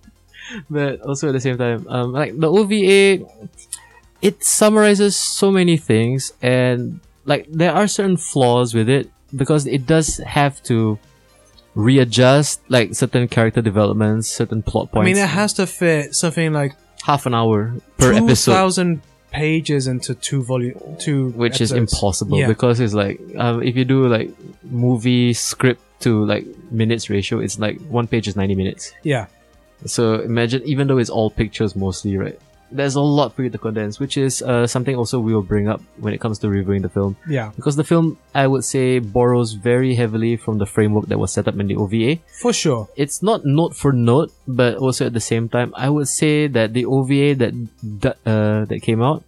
Speaker 2: [laughs] but also at the same time, um, like the OVA, it summarizes so many things, and like there are certain flaws with it because it does have to readjust like certain character developments, certain plot
Speaker 1: I
Speaker 2: points.
Speaker 1: mean, it has to fit something like
Speaker 2: half an hour per episode.
Speaker 1: 2,000 pages into two volume, two
Speaker 2: which is
Speaker 1: episodes.
Speaker 2: impossible
Speaker 1: Yeah.
Speaker 2: because it's like um, if you do like movie script to like minutes ratio, it's like one page is ninety minutes.
Speaker 1: Yeah.
Speaker 2: So imagine, even though it's all pictures mostly, right? There's a lot for you to condense, which is uh, something also we will bring up when it comes to reviewing the film
Speaker 1: Yeah.
Speaker 2: because the film I would say borrows very heavily from the framework that was set up in the OVA.
Speaker 1: For sure.
Speaker 2: It's not note for note, but also at the same time, I would say that the OVA that that, uh, that came out.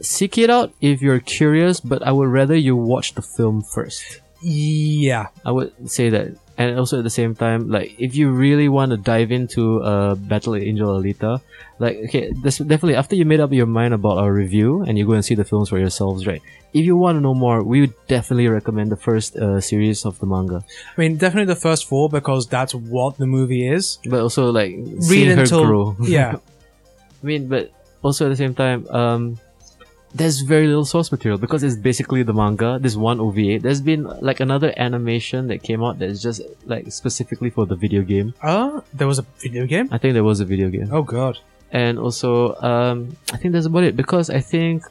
Speaker 2: Seek it out if you're curious, but I would rather you watch the film first.
Speaker 1: Yeah.
Speaker 2: I would say that. And also at the same time, like if you really want to dive into uh Battle Angel Alita, like okay, this definitely after you made up your mind about our review and you go and see the films for yourselves, right? If you want to know more, we would definitely recommend the first uh, series of the manga.
Speaker 1: I mean, definitely the first four because that's what the movie is.
Speaker 2: But also like
Speaker 1: Read
Speaker 2: seeing her
Speaker 1: until.
Speaker 2: grow.
Speaker 1: [laughs] Yeah.
Speaker 2: I mean, but also at the same time, um, there's very little source material because it's basically the manga. This one OVA. There's been like another animation that came out that's just like specifically for the video game.
Speaker 1: Uh, there was a video game?
Speaker 2: I think there was a video game,
Speaker 1: Oh, God.
Speaker 2: and also um, I think that's about it because I think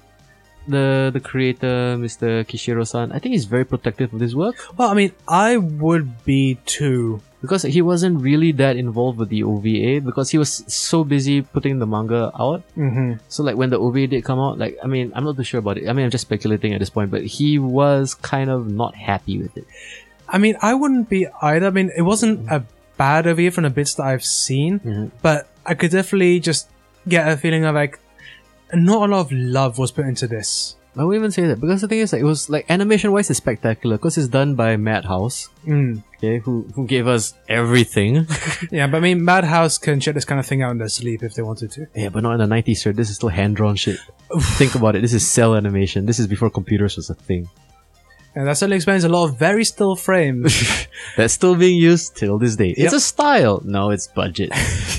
Speaker 2: the the creator, Mr. Kishiro-san, I think he's very protective of his work
Speaker 1: Well, I mean, I would be too.
Speaker 2: because he wasn't really that involved with the OVA because he was so busy putting the manga out
Speaker 1: Mm-hmm.
Speaker 2: So like when the OVA did come out, like I mean, I'm not too sure about it. I mean, I'm just speculating at this point, but he was kind of not happy with it.
Speaker 1: I mean, I wouldn't be either. I mean, it wasn't a bad over here from the bits that I've seen,
Speaker 2: Mhm.
Speaker 1: but I could definitely just get a feeling of like not a lot of love was put into this.
Speaker 2: I wouldn't even say that because the thing is, like, it was like animation wise, it's spectacular because it's done by Madhouse,
Speaker 1: Mm.
Speaker 2: okay, who who gave us everything. [laughs]
Speaker 1: Yeah, but I mean, Madhouse can shut this kind of thing out in their sleep if they wanted to.
Speaker 2: yeah, but not in the '90s, sir. This is still hand drawn shit. Think about it. This is cell animation. This is before computers was a thing.
Speaker 1: And that certainly explains a lot of very still frames. [laughs]
Speaker 2: That's still being used till this day.
Speaker 1: Yep.
Speaker 2: It's a style. No, it's
Speaker 1: [laughs]
Speaker 2: budget.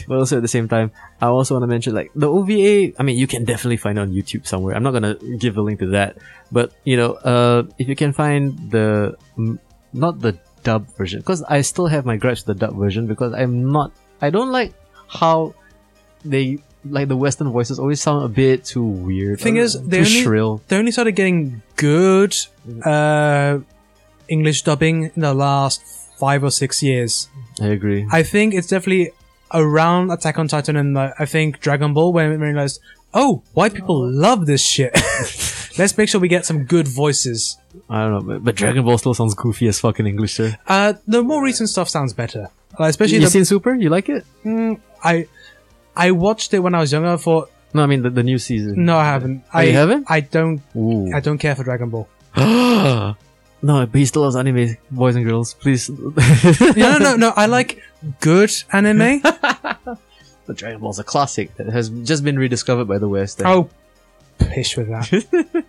Speaker 2: but also at the same time, I also want to mention like the OVA. I mean, you can definitely find it on YouTube somewhere. I'm not gonna give a link to that, but you know, uh, if you can find the mm, not the dub version because I still have my gripes with the dub version because I'm not. I don't like how they like the Western voices always sound a bit too weird.
Speaker 1: Thing
Speaker 2: or
Speaker 1: is,
Speaker 2: too
Speaker 1: they only-
Speaker 2: shrill.
Speaker 1: They only started getting good uh, English dubbing in the last five or six years.
Speaker 2: I agree.
Speaker 1: I think it's definitely around Attack on Titan and uh, I think Dragon Ball when we realized, oh, white people love this shit. [laughs] Let's make sure we get some good voices.
Speaker 2: I don't know, but, but Dragon Ball still sounds goofy as fucking English, sir.
Speaker 1: Uh, the more recent stuff sounds better, uh, especially
Speaker 2: You
Speaker 1: the.
Speaker 2: seen Super? You like it?
Speaker 1: Mm, I I watched it when I was younger. I thought
Speaker 2: No, I mean the, the new season.
Speaker 1: no, I haven't.
Speaker 2: Oh,
Speaker 1: I
Speaker 2: you haven't?
Speaker 1: I don't.
Speaker 2: Ooh.
Speaker 1: I don't care for Dragon
Speaker 2: [laughs]
Speaker 1: Ball.
Speaker 2: [gasps] no, but he still loves anime, boys and girls. Please. [laughs]
Speaker 1: No, no, no, no. I like good
Speaker 2: [laughs]
Speaker 1: anime.
Speaker 2: But Dragon Ball's a classic that has just been rediscovered by the West. and
Speaker 1: oh, pish with
Speaker 2: [laughs]
Speaker 1: that. Uh,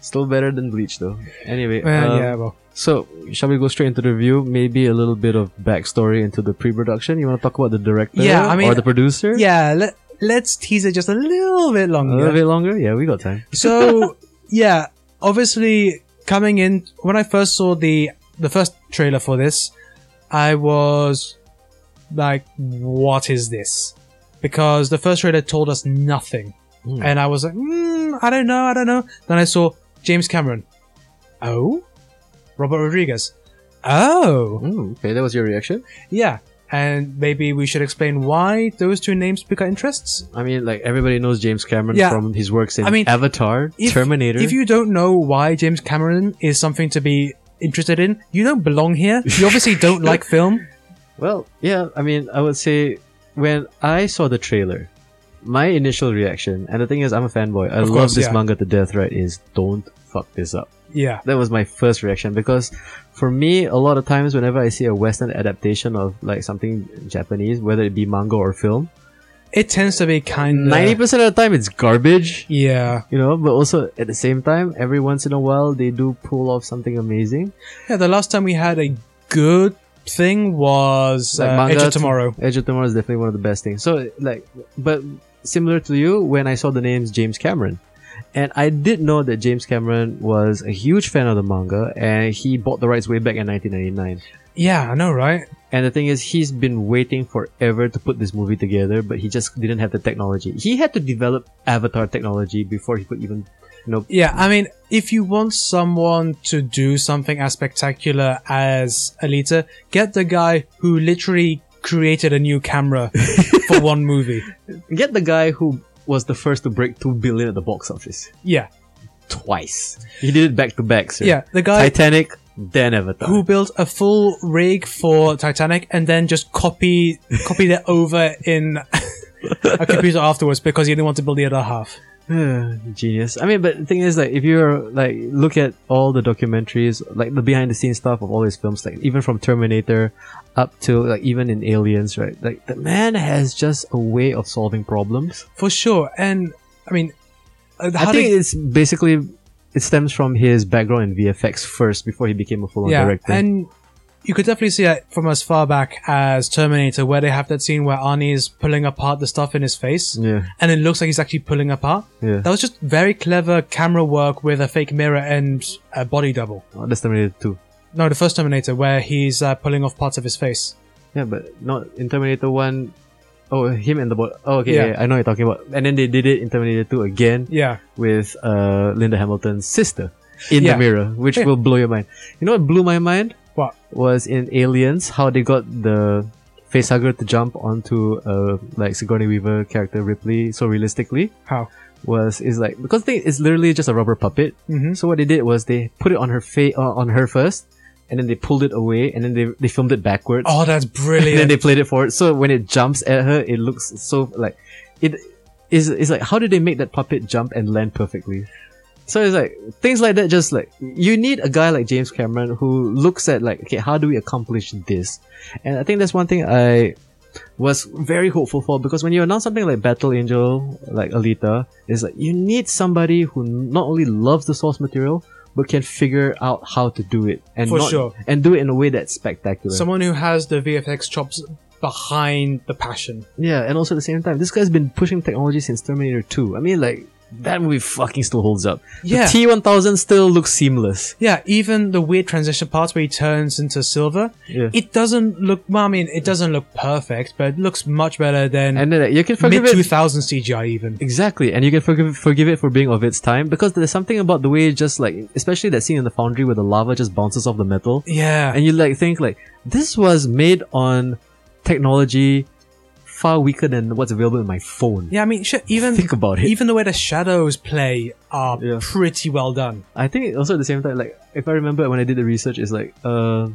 Speaker 2: Still better than Bleach, though. Anyway,
Speaker 1: Well,
Speaker 2: um,
Speaker 1: yeah, well,
Speaker 2: so shall we go straight into the review? Maybe a little bit of backstory into the pre-production. You want to talk about the director,
Speaker 1: Yeah, I mean-
Speaker 2: or the producer?
Speaker 1: yeah. Let, let's tease it just a little bit
Speaker 2: a
Speaker 1: longer.
Speaker 2: little bit longer. Yeah, we got time.
Speaker 1: So yeah, obviously coming in when I first saw the the first trailer for this, I was like, "What is this?" Because the first trailer told us nothing,
Speaker 2: Hmm.
Speaker 1: and I was like, mm, "I don't know, I don't know." Then I saw James Cameron. Oh, Robert Rodriguez. Oh,
Speaker 2: Mm, okay, that was your reaction.
Speaker 1: yeah. And maybe we should explain why those two names pick our interests.
Speaker 2: I mean, like everybody knows James Cameron
Speaker 1: Yeah.
Speaker 2: from his works in
Speaker 1: I mean,
Speaker 2: Avatar,
Speaker 1: if-
Speaker 2: Terminator.
Speaker 1: If you don't know why James Cameron is something to be interested in, you don't belong here. You obviously don't like film.
Speaker 2: Well, yeah, I mean, I would say when I saw the trailer, my initial reaction, and the thing is, I'm a fanboy. I
Speaker 1: Of
Speaker 2: love
Speaker 1: course,
Speaker 2: this
Speaker 1: yeah.
Speaker 2: manga to death, right? Is don't fuck this up.
Speaker 1: Yeah.
Speaker 2: That was my first reaction because for me, a lot of times whenever I see a Western adaptation of like something Japanese, whether it be manga or film,
Speaker 1: It tends to be kind of.
Speaker 2: ninety percent of the time it's garbage.
Speaker 1: Yeah.
Speaker 2: You know, but also at the same time, every once in a while they do pull off something amazing.
Speaker 1: Yeah, the last time we had a good thing was
Speaker 2: Like
Speaker 1: uh,
Speaker 2: manga
Speaker 1: Edge of
Speaker 2: to-
Speaker 1: Tomorrow.
Speaker 2: Edge of Tomorrow is definitely one of the best things. So, like, but similar to you, when I saw the names James Cameron, and I did know that James Cameron was a huge fan of the manga, and he bought the rights way back in 1999.
Speaker 1: Yeah, I know, right?
Speaker 2: And the thing is, he's been waiting forever to put this movie together, but he just didn't have the technology. He had to develop Avatar technology before he could even, you know,
Speaker 1: Yeah, I mean, if you want someone to do something as spectacular as Alita, get the guy who literally created a new camera for one movie.
Speaker 2: get the guy who was the first to break two billion at the box office
Speaker 1: Yeah,
Speaker 2: twice. He did it back to back, sir.
Speaker 1: yeah, the guy
Speaker 2: Titanic, then Avatar.
Speaker 1: who built a full rig for Titanic and then just copy copied it [laughs] over in a computer afterwards because he didn't want to build the other half.
Speaker 2: Hmm, Genius. I mean, but the thing is, like, if you're like, look at all the documentaries, like the behind the scenes stuff of all these films, like even from Terminator up to like even in Aliens, right? Like the man has just a way of solving problems.
Speaker 1: For sure. And I mean uh, how
Speaker 2: I
Speaker 1: they-
Speaker 2: think it's basically it stems from his background in VFX first before he became a full-on
Speaker 1: yeah,
Speaker 2: director.
Speaker 1: and you could definitely see that from as far back as Terminator, where they have that scene where Arnie is pulling apart the stuff in his face,
Speaker 2: yeah,
Speaker 1: and it looks like he's actually pulling apart.
Speaker 2: yeah.
Speaker 1: That was just very clever camera work with a fake mirror and a body double.
Speaker 2: Oh, that's Terminator Two.
Speaker 1: No, the first Terminator, where he's uh, pulling off parts of his face.
Speaker 2: Yeah, but not in Terminator One. Oh, him and the bot. Oh, okay,
Speaker 1: Yeah.
Speaker 2: yeah. I know what you're talking about. And then they did it in Terminator Two again.
Speaker 1: Yeah.
Speaker 2: with uh, Linda Hamilton's sister in
Speaker 1: Yeah.
Speaker 2: the mirror, which
Speaker 1: Yeah.
Speaker 2: will blow your mind. You know what blew my mind?
Speaker 1: What?
Speaker 2: was in Aliens? How they got the facehugger to jump onto uh, like Sigourney Weaver character Ripley so realistically
Speaker 1: How?
Speaker 2: was is like because they it's literally just a rubber puppet.
Speaker 1: Mm-hmm.
Speaker 2: So what they did was they put it on her face uh, on her first, and then they pulled it away, and then they they filmed it backwards.
Speaker 1: Oh, that's
Speaker 2: And then
Speaker 1: brilliant.
Speaker 2: they played it forward. So when it jumps at her, it looks so like it is. It's like how did they make that puppet jump and land perfectly? So it's like things like that. Just like you need a guy like James Cameron who looks at like okay, how do we accomplish this? And I think that's one thing I was very hopeful for because when you announce something like Battle Angel, like Alita, it's like you need somebody who not only loves the source material but can figure out how to do it and
Speaker 1: For
Speaker 2: not-
Speaker 1: sure.
Speaker 2: and do it in a way that's spectacular.
Speaker 1: Someone who has the VFX chops behind the passion.
Speaker 2: Yeah, and also at the same time, this guy's been pushing technology since Terminator 2. I mean, like, that movie fucking still holds up.
Speaker 1: Yeah.
Speaker 2: The T1000 still looks seamless.
Speaker 1: Yeah, even the weird transition parts where he turns into silver,
Speaker 2: Yeah.
Speaker 1: it doesn't look. Well, I mean, it doesn't look perfect, but it looks much better than
Speaker 2: And then uh, you can
Speaker 1: mid
Speaker 2: forgive
Speaker 1: two
Speaker 2: it.
Speaker 1: thousand CGI. Even
Speaker 2: Exactly, and you can forgive forgive it for being of its time because there's something about the way it just like, especially that scene in the foundry where the lava just bounces off the metal,
Speaker 1: yeah,
Speaker 2: and you like think like this was made on technology far weaker than what's available in my phone.
Speaker 1: yeah. I mean, shit, even
Speaker 2: [laughs] Think about it.
Speaker 1: even the way the shadows play are
Speaker 2: Yeah.
Speaker 1: pretty well done.
Speaker 2: I think also at the same time, like if I remember when I did the research, it's like uh,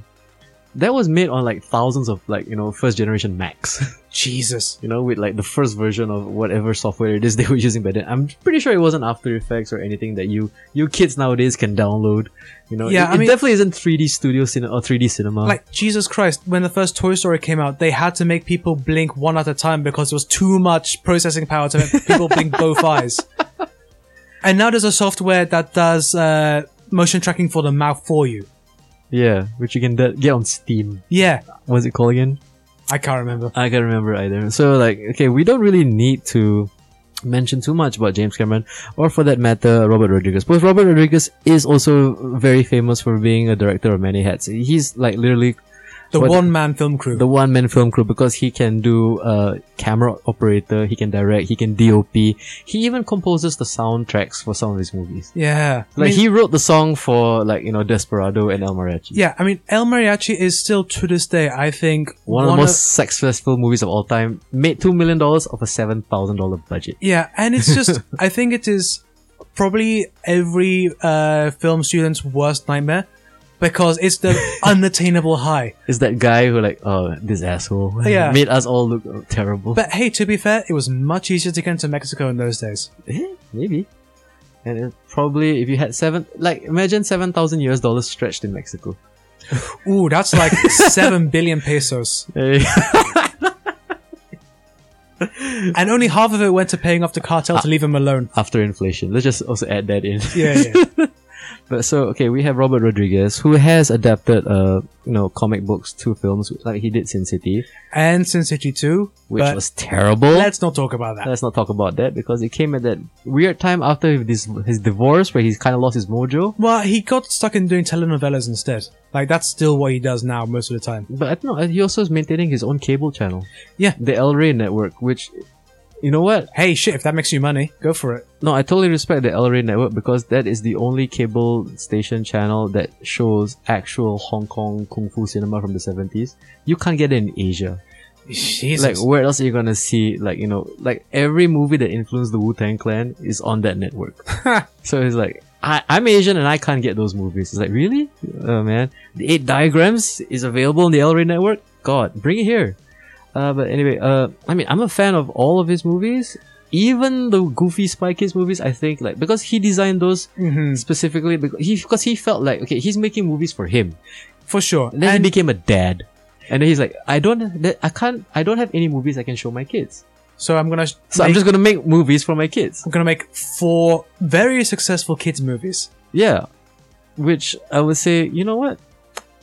Speaker 2: that was made on like thousands of like you know first generation Macs, [laughs]
Speaker 1: Jesus,
Speaker 2: you know, with like the first version of whatever software it is they were [laughs] using by then. I'm pretty sure it wasn't After Effects or anything that you you kids nowadays can download. You know,
Speaker 1: Yeah,
Speaker 2: it,
Speaker 1: I
Speaker 2: it
Speaker 1: mean-
Speaker 2: definitely isn't 3D studio cinema or 3D cinema.
Speaker 1: like Jesus Christ! When the first Toy Story came out, they had to make people blink one at a time because there was too much processing power to
Speaker 2: [laughs]
Speaker 1: make people blink both eyes. And now there's a software that does uh, motion tracking for the mouth for you.
Speaker 2: yeah, which you can de- get on Steam.
Speaker 1: Yeah,
Speaker 2: What's it called again?
Speaker 1: I can't remember.
Speaker 2: I can't remember either. So like, okay, we don't really need to mention too much about James Cameron, or for that matter, Robert Rodriguez. Because Robert Rodriguez is also very famous for being a director of many hats. He's like literally
Speaker 1: The
Speaker 2: What-
Speaker 1: one man film crew.
Speaker 2: the one man film crew because he can do uh, camera operator, he can direct, he can DOP, he even composes the soundtracks for some of his movies.
Speaker 1: yeah. I
Speaker 2: Like
Speaker 1: mean,
Speaker 2: he wrote the song for like you know Desperado and El Mariachi.
Speaker 1: yeah, I mean, El Mariachi is still to this day, I think,
Speaker 2: One, of the most successful movies of all time, made two million dollars of a seven thousand dollar budget.
Speaker 1: Yeah, and it's
Speaker 2: [laughs]
Speaker 1: just, I think it is probably every uh, film student's worst nightmare because it's
Speaker 2: [laughs]
Speaker 1: the unattainable high.
Speaker 2: It's that guy who like, oh, this asshole
Speaker 1: Yeah.
Speaker 2: made us all look terrible.
Speaker 1: But hey, to be fair, it was much easier to get into Mexico in those days.
Speaker 2: Eh, maybe. And it probably if you had seven, like imagine seven thousand US dollars stretched in Mexico.
Speaker 1: Ooh, that's
Speaker 2: [laughs]
Speaker 1: like 7 billion pesos.
Speaker 2: Eh,
Speaker 1: And only half of it went to paying off the cartel
Speaker 2: Ah.
Speaker 1: to leave him
Speaker 2: [laughs]
Speaker 1: alone.
Speaker 2: [laughs] After inflation, let's just also add that in. [laughs]
Speaker 1: Yeah, yeah.
Speaker 2: But so okay, we have Robert Rodriguez who has adapted, uh, you know, comic books to films like he did Sin City,
Speaker 1: and Sin City 2,
Speaker 2: which
Speaker 1: but
Speaker 2: was Uh. terrible.
Speaker 1: let's not talk about that.
Speaker 2: Let's not talk about that because it came at that weird time after this his divorce where he's kind of lost his mojo.
Speaker 1: Well, he got stuck in doing telenovelas instead. Like that's still what he does now most of the time.
Speaker 2: But I don't know. He also is maintaining his own cable channel.
Speaker 1: Yeah.
Speaker 2: the El Rey network. Which, you know what?
Speaker 1: Hey, shit! If that makes you money, go for it.
Speaker 2: No, I totally respect the El Rey network because that is the only cable station channel that shows actual Hong Kong kung fu cinema from the seventies. You can't get it in Asia.
Speaker 1: Jesus.
Speaker 2: Like, where else are you gonna see? Like, you know, like every movie that influenced the Wu Tang Clan is on that network. so it's like. I, I'm Asian and I can't get those movies. It's like, really? Oh man. The eight diagrams is available on the El Rey network? God, bring it here. Uh, but anyway, uh, I mean, I'm a fan of all of his movies, even the goofy Spy Kids movies. I think like because he designed those
Speaker 1: hmm
Speaker 2: specifically because he, because he felt like okay, he's making movies for him.
Speaker 1: For sure.
Speaker 2: And then
Speaker 1: And-
Speaker 2: he became a dad, and then he's like, I don't, that- I can't, I don't have any movies I can show my kids,
Speaker 1: so I'm gonna.
Speaker 2: so I'm
Speaker 1: make-
Speaker 2: just gonna make movies for my kids.
Speaker 1: I'm gonna make four very successful kids movies.
Speaker 2: Yeah, which I would say, you know what.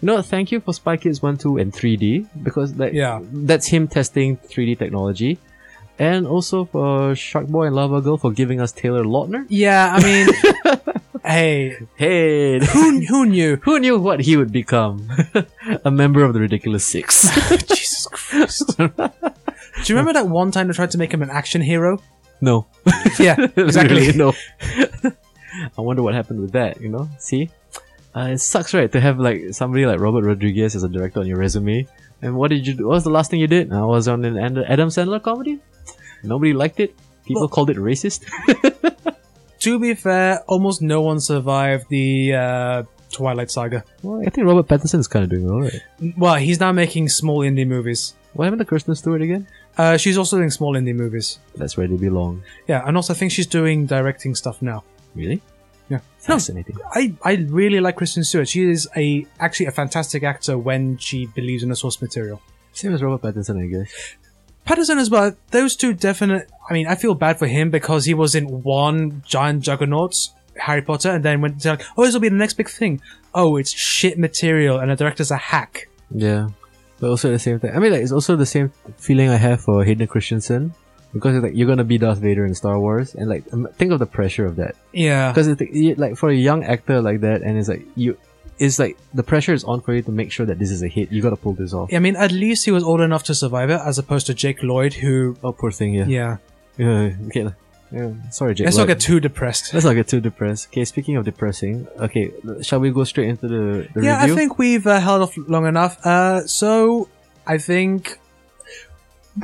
Speaker 2: No, thank you for Spy Kids 1, 2, and 3D because that,
Speaker 1: Yeah.
Speaker 2: that's him testing 3D technology. And also for Sharkboy and Lava Girl for giving us Taylor Lautner.
Speaker 1: Yeah, I
Speaker 2: [laughs]
Speaker 1: mean, hey,
Speaker 2: Hey, [laughs]
Speaker 1: who who knew?
Speaker 2: who knew what he would become? [laughs] a member of the Ridiculous Six.
Speaker 1: [laughs] Jesus Christ. [laughs] Do you remember that one time they tried to make him an action hero?
Speaker 2: [laughs] no,
Speaker 1: Yeah, exactly.
Speaker 2: Really, no. [laughs] I wonder what happened with that. You know, see, uh, it sucks, right? To have like somebody like Robert Rodriguez as a director on your resume. And what did you? do? What was the last thing you did? I was on an Ad- Adam Sandler comedy. Nobody liked it. People
Speaker 1: Well-
Speaker 2: called it racist.
Speaker 1: To be fair, almost no one survived the uh, Twilight Saga.
Speaker 2: Well, I think Robert Pattinson is kind of doing all right.
Speaker 1: Well, he's now making small indie movies.
Speaker 2: What happened to Kirsten Stewart again?
Speaker 1: Uh, she's also doing small indie movies.
Speaker 2: That's where they belong.
Speaker 1: Yeah, and also I think she's doing directing stuff now.
Speaker 2: Really?
Speaker 1: Yeah.
Speaker 2: Fascinating.
Speaker 1: I, I really like Kristen Stewart. She is a actually a fantastic actor when she believes in the source material.
Speaker 2: Same as Robert Pattinson, I guess.
Speaker 1: Patterson as well. Those two definite. I mean, I feel bad for him because he was in one giant juggernauts, Harry Potter, and then went to like, oh, this will be the next big thing. Oh, it's shit material, and the director's a hack.
Speaker 2: Yeah. But also at the same time, I mean, like, it's also the same feeling I have for Hayden Christensen because it's like you're gonna be Darth Vader in Star Wars, and like um, think of the pressure of that.
Speaker 1: Yeah.
Speaker 2: Because it's like for a young actor like that, and it's like you, it's like the pressure is on for you to make sure that this is a hit. You gotta pull this off.
Speaker 1: I mean, at least he was old enough to survive it, as opposed to Jake Lloyd, who.
Speaker 2: Oh, poor thing. Yeah.
Speaker 1: Yeah.
Speaker 2: Yeah. [laughs] Okay. lah. Yeah. Sorry, Jake.
Speaker 1: Let's not
Speaker 2: Lloyd.
Speaker 1: get too depressed.
Speaker 2: Let's not get too depressed. Okay, speaking of depressing, okay, shall we go straight into the, the
Speaker 1: Yeah,
Speaker 2: review?
Speaker 1: I think we've uh, held off long enough. Uh, so I think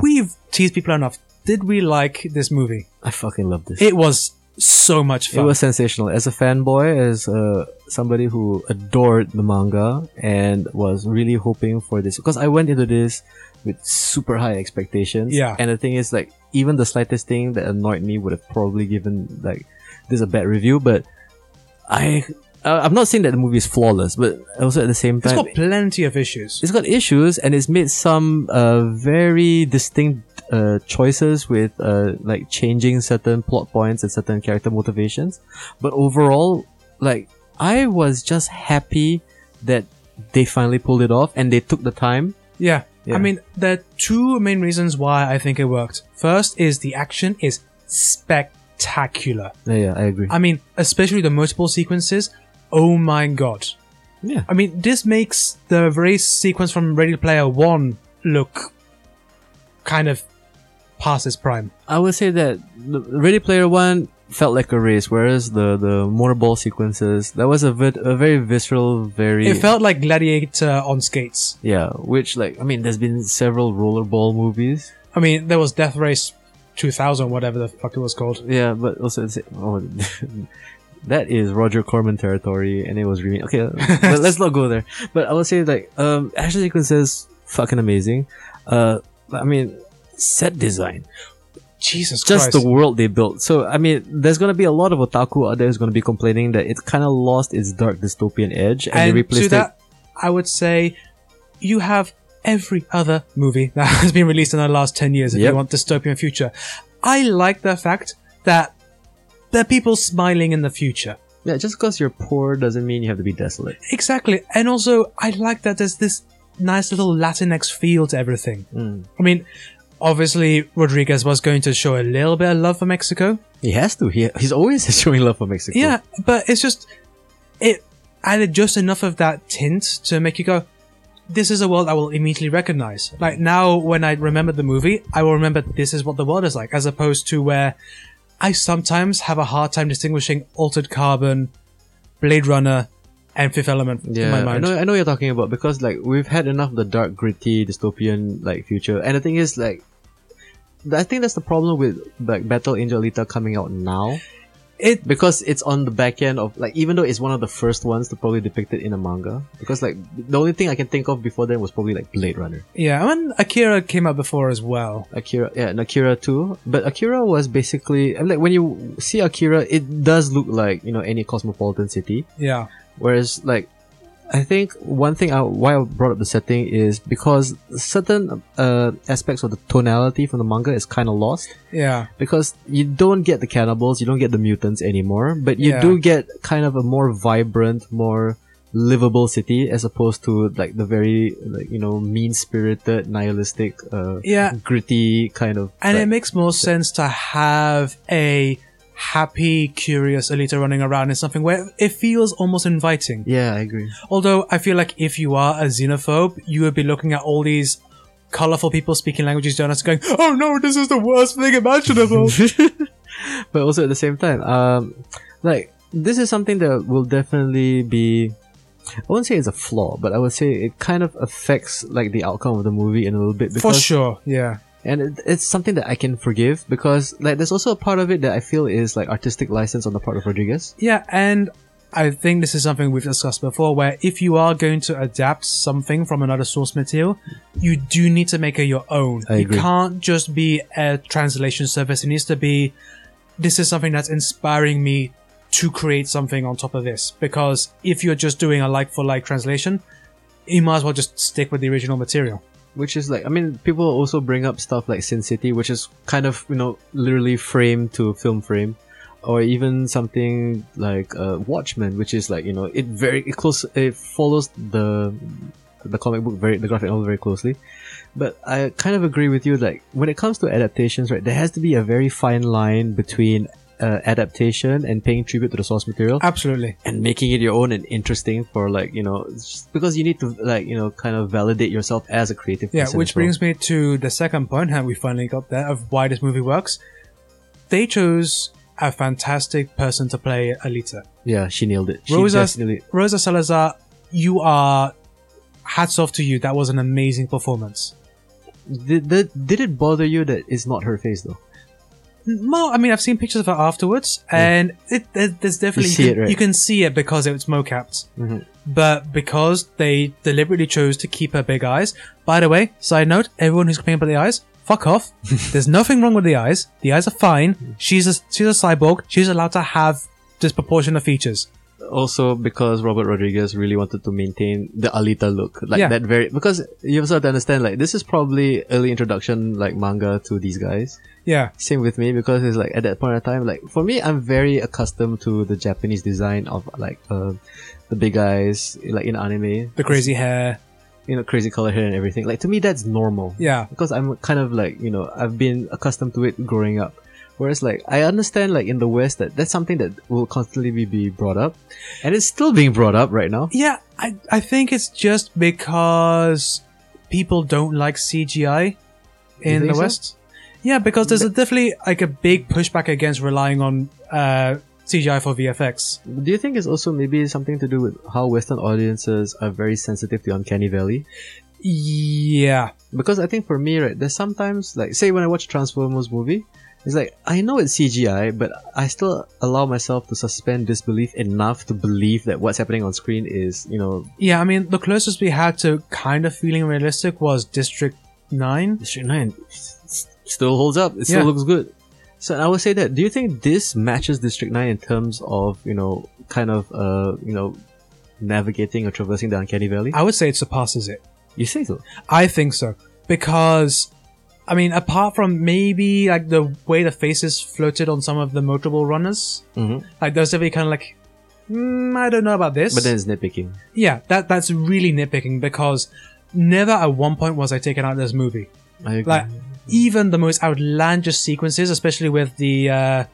Speaker 1: we've teased people enough. Did we like this movie?
Speaker 2: I fucking love this.
Speaker 1: It was so much
Speaker 2: It
Speaker 1: fun.
Speaker 2: was sensational. As a fanboy, as uh, somebody who adored the manga and was really hoping for this, because I went into this with super high expectations.
Speaker 1: Yeah.
Speaker 2: And the thing is, like, even the slightest thing that annoyed me would have probably given like this a bad review. But I, uh, I'm not saying that the movie is flawless, but also at the same
Speaker 1: it's
Speaker 2: time,
Speaker 1: got plenty of issues.
Speaker 2: it's got issues and it's made some uh, very distinct uh, choices with uh, like changing certain plot points and certain character motivations but overall like i was just happy that they finally pulled it off and they took the time
Speaker 1: Yeah.
Speaker 2: Yeah.
Speaker 1: I mean, there are two main reasons why I think it worked. First is the action is spectacular.
Speaker 2: yeah, yeah i agree
Speaker 1: I mean, especially the multiple sequences. Oh my god.
Speaker 2: yeah
Speaker 1: I mean, this makes the race sequence from Ready Player One look kind of past its prime.
Speaker 2: i would say that the ready player one felt like a race whereas the the motorball sequences that was a, bit, a very visceral very
Speaker 1: It felt like Gladiator on skates.
Speaker 2: yeah which like i mean there's been several rollerball movies
Speaker 1: I mean, there was Death Race 2000, whatever the fuck it was called.
Speaker 2: Yeah, but also it's, oh, [laughs] that is Roger Corman territory, and it was really [laughs] okay. but let's not go there. But I would say like um, action sequences fucking amazing. Uh, I mean set design,
Speaker 1: Jesus
Speaker 2: just
Speaker 1: Christ.
Speaker 2: the world they built. So I mean, there's gonna be a lot of otaku out there who's gonna be complaining that it's kind of lost its dark dystopian edge, and, they
Speaker 1: and
Speaker 2: replaced
Speaker 1: to
Speaker 2: it.
Speaker 1: that, I would say you have every other movie [laughs] that has been released in the last 10 years if
Speaker 2: Yep.
Speaker 1: you want dystopian future. I like the fact that there are people smiling in the future.
Speaker 2: Yeah, just because you're poor doesn't mean you have to be desolate.
Speaker 1: Exactly. And also, I like that there's this nice little Latinx feel to everything.
Speaker 2: Mm.
Speaker 1: I mean, obviously, Rodriguez was going to show a little bit of love for Mexico.
Speaker 2: He has to. He, he's always [laughs] showing love for Mexico.
Speaker 1: Yeah, but it's just, it added just enough of that tint to make you go, this is a world I will immediately recognize. Like now, when I remember the movie, I will remember this is what the world is like, as opposed to where I sometimes have a hard time distinguishing Altered Carbon, Blade Runner, and Fifth Element in my
Speaker 2: I
Speaker 1: mind.
Speaker 2: know, I know what you're talking about because like we've had enough of the dark, gritty, dystopian like future, and the thing is like, th- I think that's the problem with like Battle Angel Alita coming out now
Speaker 1: It
Speaker 2: because it's on the back end of like even though it's one of the first ones to probably depict it in a manga because like the only thing I can think of before then was probably like Blade Runner,
Speaker 1: Yeah, I mean, Akira came out before as well.
Speaker 2: Akira, yeah, and Akira too. But Akira was basically and, like when you see Akira, it does look like you know any cosmopolitan city.
Speaker 1: Yeah.
Speaker 2: Whereas, like, I think one thing I, why I brought up the setting is because certain uh, aspects of the tonality from the manga is kind of lost
Speaker 1: Yeah.
Speaker 2: because you don't get the cannibals, you don't get the mutants anymore, but you
Speaker 1: Yeah.
Speaker 2: do get kind of a more vibrant, more livable city as opposed to like the very like you know mean-spirited, nihilistic, uh,
Speaker 1: Yeah.
Speaker 2: gritty kind of.
Speaker 1: And it
Speaker 2: like-
Speaker 1: makes more sense to have a happy, curious Alita running around in something where it feels almost inviting.
Speaker 2: yeah, I agree.
Speaker 1: Although, I feel like if you are a xenophobe, you would be looking at all these colorful people speaking languages down us going, oh no, this is the worst thing
Speaker 2: [laughs]
Speaker 1: imaginable.
Speaker 2: but also at the same time, um, like this is something that will definitely be. I won't say it's a flaw, but I would say it kind of affects like the outcome of the movie in a little bit
Speaker 1: For
Speaker 2: because,
Speaker 1: sure. Yeah.
Speaker 2: and it, it's something that I can forgive because like there's also a part of it that I feel is like artistic license on the part of Rodriguez.
Speaker 1: Yeah, and I think this is something we've discussed before where if you are going to adapt something from another source material, you do need to make it your own.
Speaker 2: I
Speaker 1: you
Speaker 2: agree.
Speaker 1: can't just be a translation service. It needs to be this is something that's inspiring me to create something on top of this. Because if you're just doing a like for like translation, you might as well just stick with the original material.
Speaker 2: which is like I mean people also bring up stuff like Sin City, which is kind of you know literally frame to film frame, or even something like uh, Watchmen, which is like you know it very it close it follows the the comic book very the graphic novel very closely. But I kind of agree with you. Like when it comes to adaptations, right, there has to be a very fine line between uh, adaptation and paying tribute to the source material
Speaker 1: Absolutely.
Speaker 2: and making it your own and interesting for like you know it's just because you need to like you know kind of validate yourself as a creative.
Speaker 1: Yeah,
Speaker 2: person
Speaker 1: which
Speaker 2: as well.
Speaker 1: brings me to the second point, and we finally got there of why this movie works. They chose a fantastic person to play Alita.
Speaker 2: yeah, she nailed it. She
Speaker 1: Rosa-
Speaker 2: definitely-
Speaker 1: Rosa Salazar, you are hats off to you. That was an amazing performance.
Speaker 2: Did, did, did it bother you that it's not her face though?
Speaker 1: Well, I mean, I've seen pictures of her afterwards,
Speaker 2: Yeah.
Speaker 1: and it, it there's definitely
Speaker 2: You see
Speaker 1: can,
Speaker 2: it, right?
Speaker 1: you can see it because it's mo-capped.
Speaker 2: Mhm.
Speaker 1: But because they deliberately chose to keep her big eyes. By the way, side note: everyone who's complaining about the eyes, fuck
Speaker 2: [laughs]
Speaker 1: off. there's nothing wrong with the eyes. The eyes are fine. She's a she's a cyborg. She's allowed to have disproportionate features.
Speaker 2: also because Robert Rodriguez really wanted to maintain the Alita look, like
Speaker 1: Yeah.
Speaker 2: that very because you also have to understand like this is probably early introduction like manga to these guys.
Speaker 1: Yeah,
Speaker 2: Same with me because it's like at that point of time, like for me, I'm very accustomed to the Japanese design of like uh, the big guys, like in anime,
Speaker 1: the crazy hair.
Speaker 2: you know, crazy color hair and everything. Like to me, that's normal
Speaker 1: Yeah,
Speaker 2: because I'm kind of like you know I've been accustomed to it growing up. Whereas like I understand like in the West that that's something that will constantly be, be brought up, and it's still being brought up right now.
Speaker 1: yeah. I I think it's just because people don't like CGI
Speaker 2: You
Speaker 1: in the
Speaker 2: think so?
Speaker 1: West. Yeah, because there's a definitely like a big pushback against relying on uh, CGI for VFX.
Speaker 2: Do you think it's also maybe something to do with how Western audiences are very sensitive to Uncanny Valley?
Speaker 1: Yeah,
Speaker 2: Because I think for me, right, there's sometimes like say when I watch Transformers movie, it's like I know it's CGI, but I still allow myself to suspend disbelief enough to believe that what's happening on screen is, you know,
Speaker 1: yeah. I mean, the closest we had to kind of feeling realistic was District Nine.
Speaker 2: District Nine s- still holds up. It still
Speaker 1: Yeah.
Speaker 2: looks good. So I would say that. Do you think this matches District Nine in terms of you know kind of uh you know navigating or traversing the uncanny valley?
Speaker 1: I would say it surpasses it.
Speaker 2: You say so.
Speaker 1: I think so because, I mean, apart from maybe like the way the faces floated on some of the motorable runners,
Speaker 2: Mm-hmm.
Speaker 1: like those definitely kind of like, mm, I don't know about this.
Speaker 2: But then it's nitpicking.
Speaker 1: yeah, that that's really nitpicking because never at one point was I taken out of this movie.
Speaker 2: I agree.
Speaker 1: Like even the most outlandish sequences, especially with the uh,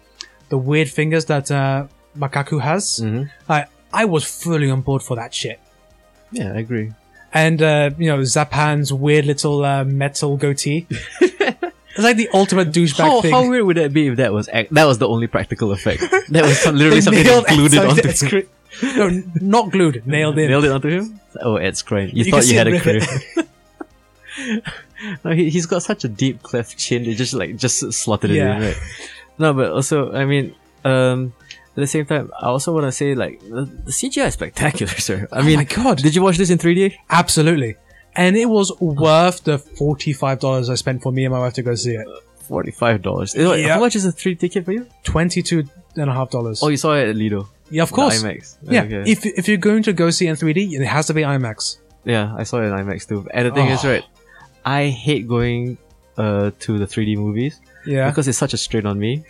Speaker 1: the weird fingers that uh, Makaku has,
Speaker 2: Mhm.
Speaker 1: I I was fully on board for that shit.
Speaker 2: Yeah, I agree.
Speaker 1: And uh, you know Zapan's weird little uh, metal
Speaker 2: [laughs]
Speaker 1: goatee. it's like the ultimate douchebag
Speaker 2: Oh, How,
Speaker 1: thing.
Speaker 2: how weird would that be if that was act- that was the only practical
Speaker 1: [laughs]
Speaker 2: effect? that was some, literally
Speaker 1: They
Speaker 2: something
Speaker 1: nailed
Speaker 2: that glued it
Speaker 1: something
Speaker 2: onto
Speaker 1: that's
Speaker 2: him.
Speaker 1: cre- no, n- not glued. Nailed in.
Speaker 2: Nailed it onto him. Oh, Ed's crying. You,
Speaker 1: You
Speaker 2: thought
Speaker 1: can see
Speaker 2: you had
Speaker 1: him
Speaker 2: a
Speaker 1: rip
Speaker 2: career. [laughs]
Speaker 1: [laughs]
Speaker 2: no, he, he's got such a deep cleft chin. They just like just slotted
Speaker 1: Yeah.
Speaker 2: it in, right? No, but also, I mean, um, at the same time, I also want to say like the, the CGI is spectacular, [laughs] sir. I
Speaker 1: Oh
Speaker 2: mean,
Speaker 1: my god!
Speaker 2: did you watch this in 3D?
Speaker 1: Absolutely. And it was worth the forty-five dollars I spent for me and my wife to go see it.
Speaker 2: Forty-five dollars. How
Speaker 1: Yeah.
Speaker 2: much is a 3D ticket for you?
Speaker 1: Twenty-two and a half dollars.
Speaker 2: Oh, you saw it at Lido.
Speaker 1: yeah, of course.
Speaker 2: The IMAX.
Speaker 1: Yeah,
Speaker 2: Okay.
Speaker 1: if if you're going to go see it in 3D, it has to be IMAX.
Speaker 2: Yeah, I saw it in IMAX too. And the thing is,
Speaker 1: Oh.
Speaker 2: right, I hate going uh, to the 3D movies
Speaker 1: Yeah,
Speaker 2: because it's such a strain on me.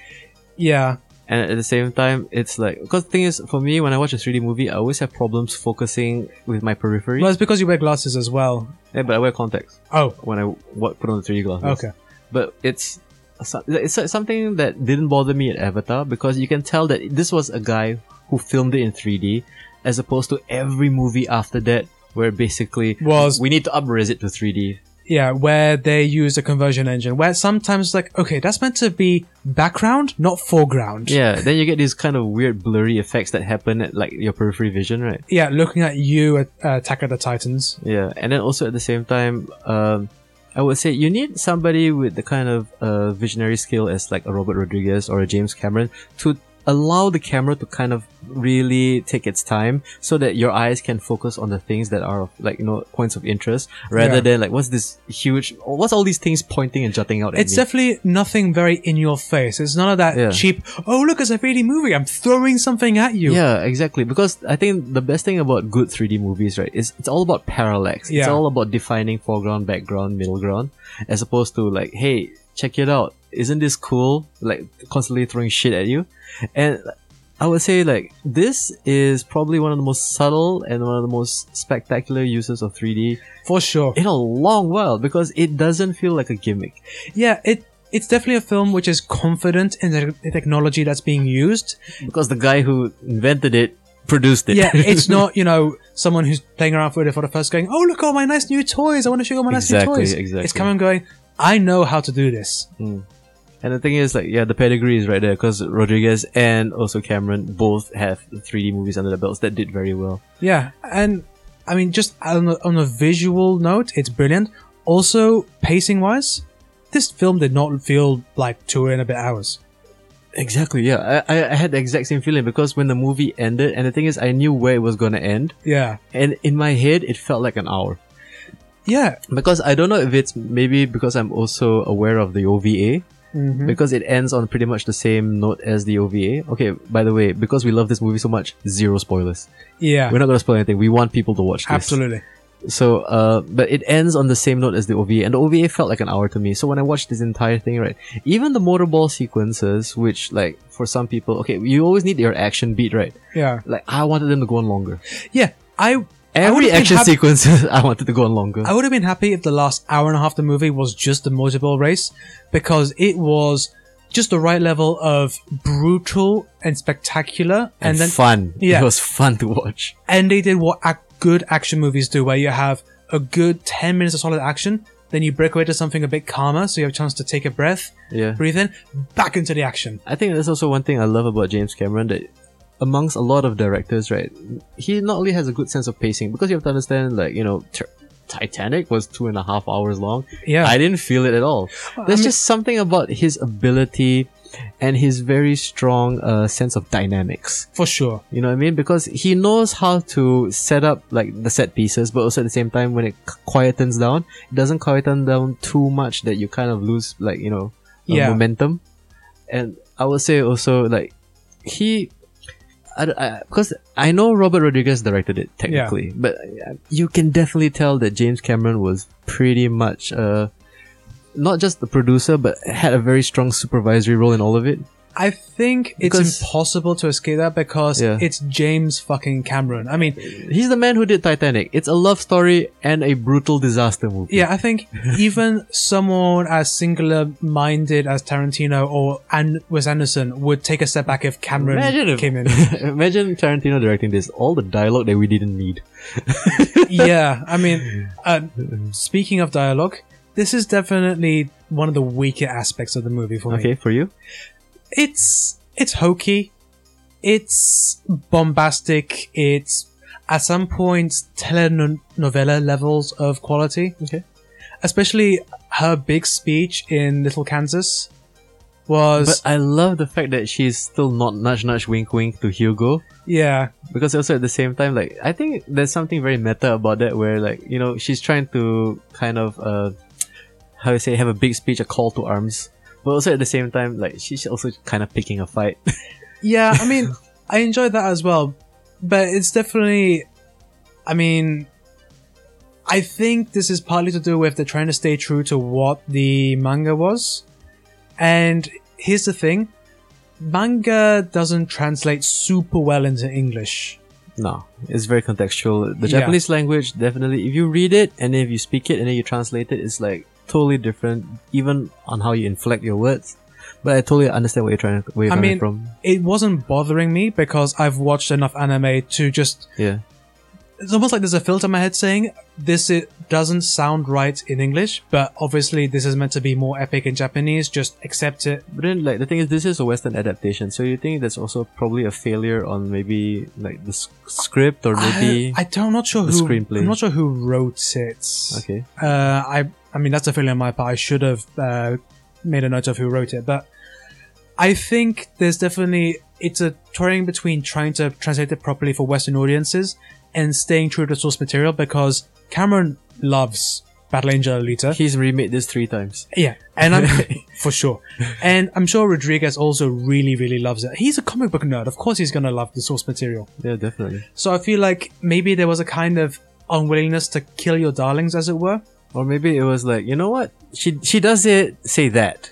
Speaker 1: yeah,
Speaker 2: And at the same time, it's like because the thing is, for me, when I watch a 3D movie, I always have problems focusing with my periphery.
Speaker 1: well, it's because you wear glasses as well.
Speaker 2: yeah, but I wear contacts
Speaker 1: Oh,
Speaker 2: when I w- put on the 3D glasses.
Speaker 1: okay.
Speaker 2: But it's so- it's something that didn't bother me at Avatar because you can tell that this was a guy who filmed it in 3D, as opposed to every movie after that where basically
Speaker 1: Was
Speaker 2: we need to upres it to 3D.
Speaker 1: yeah, where they use a conversion engine, where sometimes like okay, that's meant to be background, not foreground.
Speaker 2: Yeah, then you get these kind of weird blurry effects that happen at like your periphery vision, right?
Speaker 1: yeah, looking at you at uh, Attack of the Titans.
Speaker 2: Yeah, and then also at the same time, um, I would say you need somebody with the kind of uh, visionary skill as like a Robert Rodriguez or a James Cameron to allow the camera to kind of really take its time so that your eyes can focus on the things that are of, like you know points of interest rather
Speaker 1: Yeah.
Speaker 2: than like what's this huge what's all these things pointing and jutting out at
Speaker 1: It's
Speaker 2: me?
Speaker 1: definitely nothing very in your face. It's none of that
Speaker 2: Yeah.
Speaker 1: cheap. Oh, look, it's a 3D movie. I'm throwing something at you.
Speaker 2: Yeah, exactly. Because I think the best thing about good 3D movies, right, is it's all about parallax. It's
Speaker 1: Yeah.
Speaker 2: all about defining foreground, background, middle ground, as opposed to like, hey, check it out. Isn't this cool? Like constantly throwing shit at you. And I would say like this is probably one of the most subtle and one of the most spectacular uses of 3D
Speaker 1: for sure.
Speaker 2: in a long while because it doesn't feel like a gimmick.
Speaker 1: Yeah, it it's definitely a film which is confident in the the technology that's being used.
Speaker 2: Because the guy who invented it produced it.
Speaker 1: Yeah,
Speaker 2: [laughs]
Speaker 1: it's not you know someone who's playing around with it for the first going, oh look all my nice new toys. I want to show you all my nice
Speaker 2: Exactly,
Speaker 1: new toys.
Speaker 2: exactly.
Speaker 1: It's coming and going. I know how to do this.
Speaker 2: and the thing is like yeah, the pedigree is right there because Rodriguez and also Cameron both have 3D movies under their belts that did very well.
Speaker 1: Yeah, and I mean, just on a, on a visual note, it's brilliant. Also, pacing wise, this film did not feel like two and a bit hours.
Speaker 2: Exactly, yeah. I, I- I had the exact same feeling because when the movie ended, and the thing is, I knew where it was gonna end,
Speaker 1: Yeah,
Speaker 2: and in my head, it felt like an hour.
Speaker 1: yeah,
Speaker 2: Because I don't know if it's maybe because I'm also aware of the OVA,
Speaker 1: Mhm.
Speaker 2: because it ends on pretty much the same note as the OVA. Okay, by the way, because we love this movie so much, zero spoilers.
Speaker 1: yeah,
Speaker 2: We're not gonna spoil anything. We want people to watch this.
Speaker 1: absolutely.
Speaker 2: So, uh, but it ends on the same note as the OVA, and the OVA felt like an hour to me. So when I watched this entire thing, right, even the motorball sequences, which like for some people, okay, you always need your action beat, right?
Speaker 1: Yeah,
Speaker 2: Like I wanted them to go on longer.
Speaker 1: yeah. I
Speaker 2: Every
Speaker 1: would've been
Speaker 2: action
Speaker 1: hap-
Speaker 2: sequence, [laughs] I wanted to go on longer.
Speaker 1: I would have been happy if the last hour and a half of the movie was just the motorball race because it was just the right level of brutal and spectacular, and, then
Speaker 2: fun.
Speaker 1: Yeah.
Speaker 2: It was fun to watch.
Speaker 1: and they did what ac- good action movies do, where you have a good 10 minutes of solid action, then you break away to something a bit calmer, so you have a chance to take a breath,
Speaker 2: Yeah.
Speaker 1: breathe in, back into the action.
Speaker 2: I think that's also one thing I love about James Cameron that amongst a lot of directors, right, he not only has a good sense of pacing because you have to understand, like you know, Ti- Titanic was two and a half hours long.
Speaker 1: Yeah.
Speaker 2: I didn't feel it at all. There's
Speaker 1: mean-
Speaker 2: just something about his ability and his very strong uh, sense of dynamics.
Speaker 1: For sure.
Speaker 2: You know what I mean? Because he knows how to set up like the set pieces, but also at the same time, when it c- quietens down, it doesn't quieten down too much that you kind of lose like you know uh,
Speaker 1: Yeah.
Speaker 2: momentum. And I would say also like he, I because I, know Robert Rodriguez directed it technically, but uh, you can definitely tell that James Cameron was pretty much uh not just the producer, but had a very strong supervisory role in all of it.
Speaker 1: I think
Speaker 2: Because-
Speaker 1: it's impossible to escape that because
Speaker 2: Yeah.
Speaker 1: it's James fucking Cameron. I mean,
Speaker 2: He's the man who did Titanic. It's a love story and a brutal disaster movie.
Speaker 1: yeah, I think even someone as singular minded as Tarantino or An- Wes Anderson would take a step back if Cameron
Speaker 2: Imagine if, [laughs]
Speaker 1: came in.
Speaker 2: [laughs] imagine Tarantino directing this. All the dialogue that we didn't need.
Speaker 1: yeah, I mean, uh, speaking of dialogue, this is definitely one of the weaker aspects of the movie for me.
Speaker 2: Okay, for you.
Speaker 1: It's it's hokey, it's bombastic, it's at some points telenovela levels of quality.
Speaker 2: Okay.
Speaker 1: Especially her big speech in Little Kansas was
Speaker 2: But I love the fact that she's still not nudge nudge wink wink to Hugo
Speaker 1: yeah
Speaker 2: because also at the same time, like I think there's something very meta about that where like you know she's trying to kind of uh how you say have a big speech, a call to arms, but also at the same time like she's also kind of picking a fight.
Speaker 1: Yeah, I mean, I enjoyed that as well, but it's definitely, I mean, I think this is partly to do with they're trying to stay true to what the manga was. And here's the thing manga doesn't translate super well into English.
Speaker 2: No, it's very contextual. The
Speaker 1: Yeah.
Speaker 2: Japanese language definitely, if you read it and if you speak it and then you translate it, it's like totally different, even on how you inflect your words. But I totally understand where you're trying, where you're
Speaker 1: I
Speaker 2: coming
Speaker 1: mean-
Speaker 2: from.
Speaker 1: It wasn't bothering me because I've watched enough anime to just.
Speaker 2: Yeah,
Speaker 1: It's almost like there's a filter in my head saying this it doesn't sound right in English, but obviously this is meant to be more epic in Japanese. Just accept it
Speaker 2: but then like the thing is, this is a Western adaptation, so you think that's also probably a failure on maybe like the s- script or maybe
Speaker 1: I, I don't, I'm not sure
Speaker 2: the
Speaker 1: who.
Speaker 2: screenplay.
Speaker 1: I'm not sure who wrote it.
Speaker 2: okay.
Speaker 1: Uh, I I mean that's a failure on my part. I should have uh, made a note of who wrote it, but I think there's definitely it's a toying between trying to translate it properly for Western audiences and staying true to source material because Cameron loves Battle Angel Alita.
Speaker 2: He's remade this three times.
Speaker 1: Yeah, and
Speaker 2: [laughs]
Speaker 1: I'm for sure, and I'm sure Rodriguez also really, really loves it. He's a comic book nerd, of course he's gonna love the source material.
Speaker 2: Yeah, definitely.
Speaker 1: So I feel like maybe there was a kind of unwillingness to kill your darlings, as it were.
Speaker 2: Or maybe it was like, you know what? She she does it. Say that.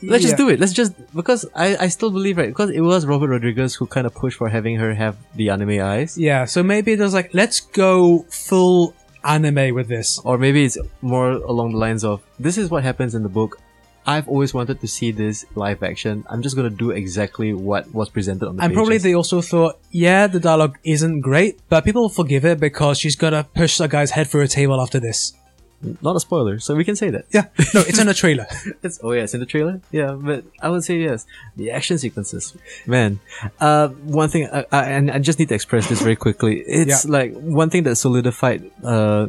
Speaker 2: Let's just
Speaker 1: Yeah.
Speaker 2: do it. Let's just because I, I still believe right because it was Robert Rodriguez who kind of pushed for having her have the anime eyes,
Speaker 1: Yeah, so maybe it was like, let's go full anime with this.
Speaker 2: or maybe it's more along the lines of this is what happens in the book. I've always wanted to see this live action. I'm just gonna do exactly what was presented on the.
Speaker 1: And probably
Speaker 2: pages.
Speaker 1: they also thought, yeah, the dialogue isn't great, but people will forgive it because she's gonna push a guy's head through a table after this.
Speaker 2: not a spoiler, so we can say that.
Speaker 1: Yeah, no, it's in a [laughs] trailer.
Speaker 2: It's oh yeah, it's in the trailer. Yeah, but I would say yes. The action sequences, man. Uh, one thing, uh, uh, and I just need to express this very quickly. It's like one thing that solidified uh,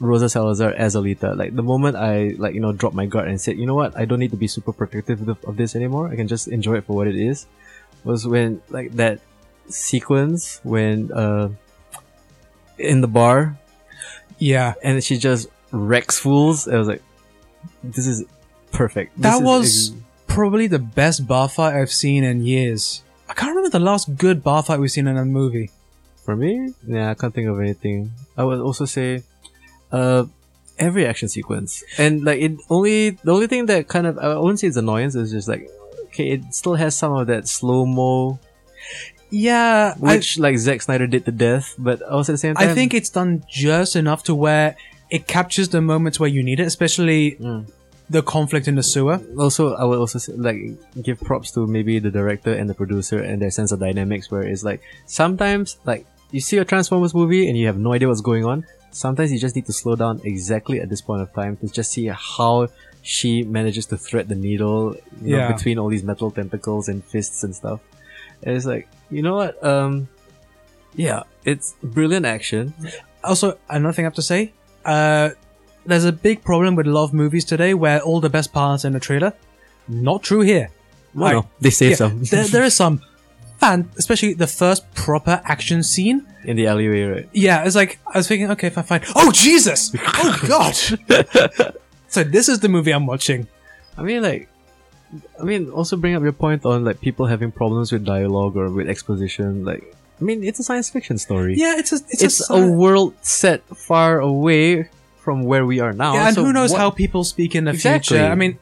Speaker 2: Rosa Salazar as Alita. Like the moment I like you know dropped my guard and said, you know what, I don't need to be super protective of, of this anymore. I can just enjoy it for what it is. Was when like that sequence when uh in the bar
Speaker 1: Yeah,
Speaker 2: and she just wrecks fools. I was like, this is perfect. This
Speaker 1: That
Speaker 2: is
Speaker 1: was-
Speaker 2: ex-
Speaker 1: probably the best bar fight I've seen in years. I can't remember the last good bar fight we've seen in a movie.
Speaker 2: for me. Yeah, I can't think of anything. I would also say, uh, every action sequence and like it only the only thing that kind of I wouldn't say it's annoyance is just like okay, it still has some of that slow mo
Speaker 1: Yeah, I,
Speaker 2: which like Zack Snyder did to death, but also at the same time,
Speaker 1: I think it's done just enough to where it captures the moments where you need it, especially
Speaker 2: Mm.
Speaker 1: the conflict in the sewer.
Speaker 2: also I would also say, like give props to maybe the director and the producer and their sense of dynamics where it's like sometimes like you see a Transformers movie and you have no idea what's going on. Sometimes you just need to slow down exactly at this point of time to just see how she manages to thread the needle you know,
Speaker 1: Yeah.
Speaker 2: between all these metal tentacles and fists and stuff. And it's like, you know what? Um yeah, it's brilliant action.
Speaker 1: Also, another thing I have to say, uh, there's a big problem with a lot of movies today where all the best parts in a trailer. Not true here.
Speaker 2: Well,
Speaker 1: Like,
Speaker 2: Oh, they save
Speaker 1: yeah,
Speaker 2: some
Speaker 1: there, there is some fan, especially the first proper action scene.
Speaker 2: [laughs] in the alleyway, right?
Speaker 1: Yeah, it's like I was thinking, okay, fine, fine. Oh Jesus! Oh
Speaker 2: [laughs]
Speaker 1: God! so this is the movie I'm watching.
Speaker 2: I mean, like, I mean, also bring up your point on like people having problems with dialogue or with exposition. Like, I mean, it's a science fiction story.
Speaker 1: Yeah, it's a it's,
Speaker 2: it's,
Speaker 1: a,
Speaker 2: a, world set far away from where we are now.
Speaker 1: yeah, and
Speaker 2: so
Speaker 1: who knows
Speaker 2: what-
Speaker 1: how people speak in the
Speaker 2: Exactly.
Speaker 1: future? I mean,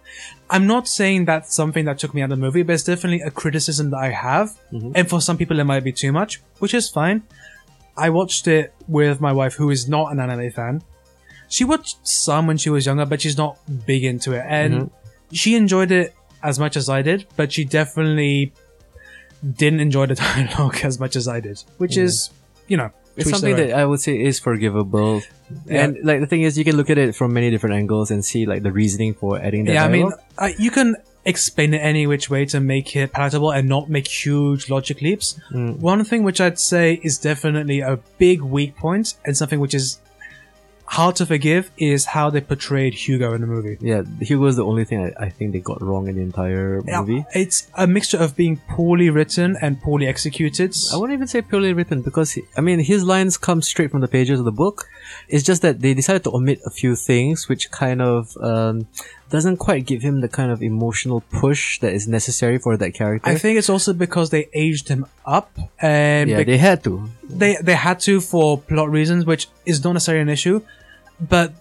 Speaker 1: I'm not saying that's something that took me out of the movie, but it's definitely a criticism that I have.
Speaker 2: Mhm.
Speaker 1: And for some people, it might be too much, which is fine. I watched it with my wife, who is not an anime fan. She watched some when she was younger, but she's not big into it, and
Speaker 2: Mhm.
Speaker 1: she enjoyed it as much as I did. But she definitely didn't enjoy the [laughs] dialogue as much as I did, which is, you know, to
Speaker 2: Mm-hmm. It's
Speaker 1: each
Speaker 2: something
Speaker 1: their own.
Speaker 2: that I would say is forgivable.
Speaker 1: Yeah.
Speaker 2: And like the thing is, you can look at it from many different angles and see like the reasoning for adding that.
Speaker 1: yeah, I mean,
Speaker 2: dialogue.
Speaker 1: uh, you can explain it any which way to make it palatable and not make huge logic leaps.
Speaker 2: Mm.
Speaker 1: One thing which I'd say is definitely a big weak point and something which is hard to forgive is how they portrayed Hugo in the movie.
Speaker 2: yeah, Hugo's the only thing I, I think they got wrong in the entire
Speaker 1: Yeah,
Speaker 2: movie.
Speaker 1: It's a mixture of being poorly written and poorly executed.
Speaker 2: I wouldn't even say purely written because he- I mean his lines come straight from the pages of the book. It's just that they decided to omit a few things, which kind of um, doesn't quite give him the kind of emotional push that is necessary for that character.
Speaker 1: I think it's also because they aged him up and
Speaker 2: yeah,
Speaker 1: bec-
Speaker 2: they had to.
Speaker 1: they they had to for plot reasons, which is not necessarily an issue, but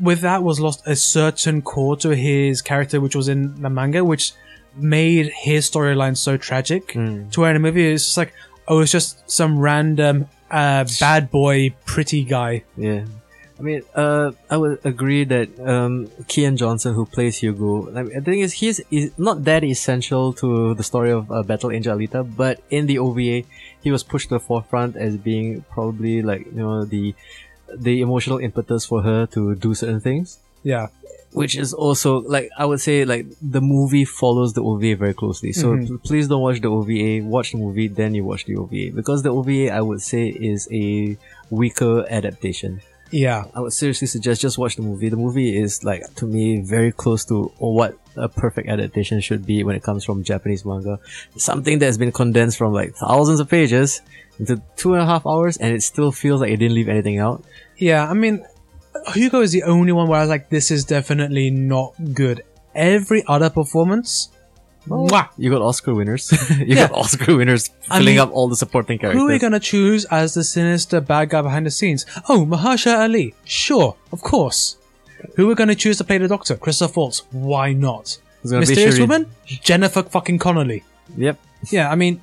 Speaker 1: with that was lost a certain core to his character, which was in the manga, which made his storyline so tragic.
Speaker 2: Mm.
Speaker 1: To where in the movie it's just like, oh, it's just some random uh, bad boy, pretty guy.
Speaker 2: Yeah. I mean, uh, I would agree that um, Kian Johnson, who plays Hugo, I mean, the thing is, he's is not that essential to the story of uh, Battle Angel Alita, but in the OVA, he was pushed to the forefront as being probably like you know the the emotional impetus for her to do certain things,
Speaker 1: Yeah,
Speaker 2: which is also like I would say like the movie follows the OVA very closely. So
Speaker 1: Mhm.
Speaker 2: p- please don't watch the OVA. Watch the movie, then you watch the OVA because the OVA I would say is a weaker adaptation.
Speaker 1: yeah,
Speaker 2: I would seriously suggest just watch the movie. The movie is like to me very close to what a perfect adaptation should be when it comes from Japanese manga. Something that has been condensed from like thousands of pages into two and a half hours, and it still feels like it didn't leave anything out.
Speaker 1: yeah. I mean, Hugo is the only one where I was like, this is definitely not good. Every other performance, mwah,
Speaker 2: You got Oscar winners. [laughs] you
Speaker 1: Yeah.
Speaker 2: got Oscar winners
Speaker 1: I
Speaker 2: filling
Speaker 1: mean,
Speaker 2: up all the supporting characters.
Speaker 1: Who are we gonna choose as the sinister bad guy behind the scenes? Oh, Mahershala Ali. Sure, of course. Who are we gonna choose to play the Doctor? Christopher Waltz. Why not?
Speaker 2: It's gonna be
Speaker 1: Mysterious
Speaker 2: Shireen.
Speaker 1: Woman, Jennifer fucking Connolly.
Speaker 2: Yep.
Speaker 1: Yeah, I mean,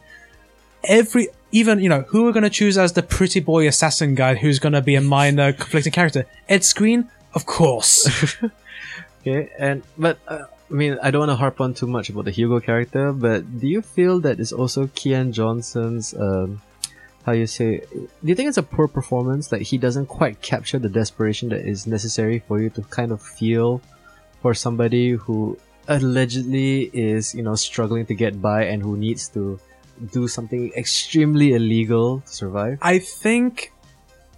Speaker 1: every even you know who we're gonna choose as the pretty boy assassin guy who's gonna be a minor conflicting character. Ed Screen, of
Speaker 2: [laughs]
Speaker 1: course.
Speaker 2: Okay, and but uh, I mean, I don't want to harp on too much about the Hugo character, but do you feel that it's also Kian Johnson's um, how you say? Do you think it's a poor performance? Like he doesn't quite capture the desperation that is necessary for you to kind of feel for somebody who allegedly is you know struggling to get by and who needs to do something extremely illegal to survive.
Speaker 1: I think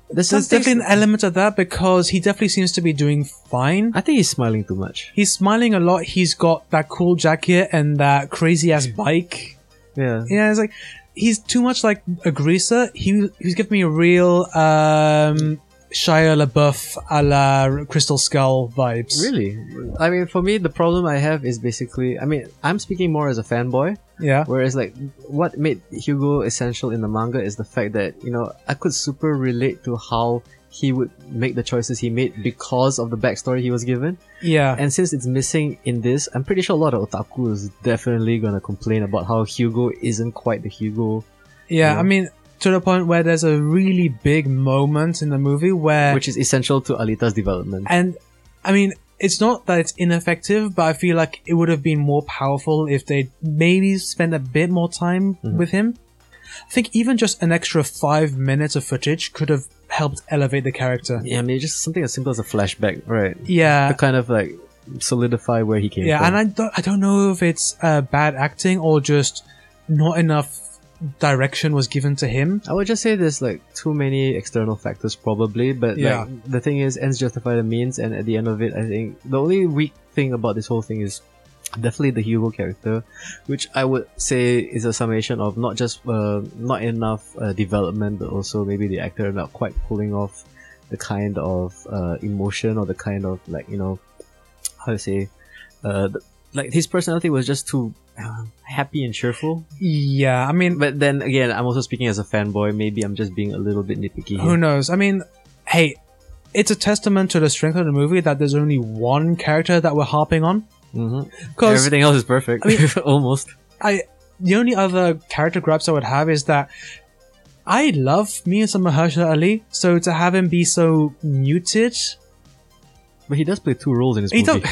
Speaker 2: This
Speaker 1: there's definitely an element of that because he definitely seems to be doing fine.
Speaker 2: I think he's smiling too much.
Speaker 1: He's smiling a lot. He's got that cool jacket and that crazy
Speaker 2: Mm.
Speaker 1: ass bike.
Speaker 2: Yeah.
Speaker 1: Yeah, it's like he's too much like a greaser. He he's giving me a real um Shia LaBeouf a la Crystal Skull vibes.
Speaker 2: Really? I mean, for me, the problem I have is basically, I mean, I'm speaking more as a fanboy,
Speaker 1: Yeah.
Speaker 2: whereas, like, what made Hugo essential in the manga is the fact that, you know, I could super relate to how he would make the choices he made because of the backstory he was given.
Speaker 1: Yeah.
Speaker 2: And since it's missing in this, I'm pretty sure a lot of otaku is definitely gonna complain about how Hugo isn't quite the Hugo,
Speaker 1: yeah,
Speaker 2: Yeah.
Speaker 1: I mean to the point where there's a really big moment in the movie where
Speaker 2: which is essential to Alita's development.
Speaker 1: and I mean it's not that it's ineffective, but I feel like it would have been more powerful if they maybe spent a bit more time
Speaker 2: Mhm.
Speaker 1: with him. I think even just an extra five minutes of footage could have helped elevate the character.
Speaker 2: Yeah, I mean, just something as simple as a flashback, right?
Speaker 1: Yeah,
Speaker 2: To kind of, like, solidify where he came
Speaker 1: yeah
Speaker 2: from.
Speaker 1: and I don't, I don't know if it's uh, bad acting or just not enough direction was given to him
Speaker 2: I would just say there's like too many external factors probably, but
Speaker 1: Yeah.
Speaker 2: like, the thing is ends justify the means and at the end of it I think the only weak thing about this whole thing is definitely the Hugo character, which I would say is a summation of not just uh, not enough uh, development but also maybe the actor not quite pulling off the kind of uh, emotion or the kind of like you know how to say uh, the, like his personality was just too uh, happy and cheerful
Speaker 1: yeah i mean
Speaker 2: but then again, I'm also speaking as a fanboy. Maybe I'm just being a little bit nitpicky.
Speaker 1: who
Speaker 2: Here.
Speaker 1: knows i mean hey it's a testament to the strength of the movie that there's only one character that we're harping on
Speaker 2: Mhm.
Speaker 1: because
Speaker 2: Everything else is perfect,
Speaker 1: I
Speaker 2: [laughs] almost.
Speaker 1: the only other character grabs i would have is that i love me and some mahershala ali so to have him be so muted
Speaker 2: But he does play two roles in his
Speaker 1: He
Speaker 2: movie.
Speaker 1: [laughs]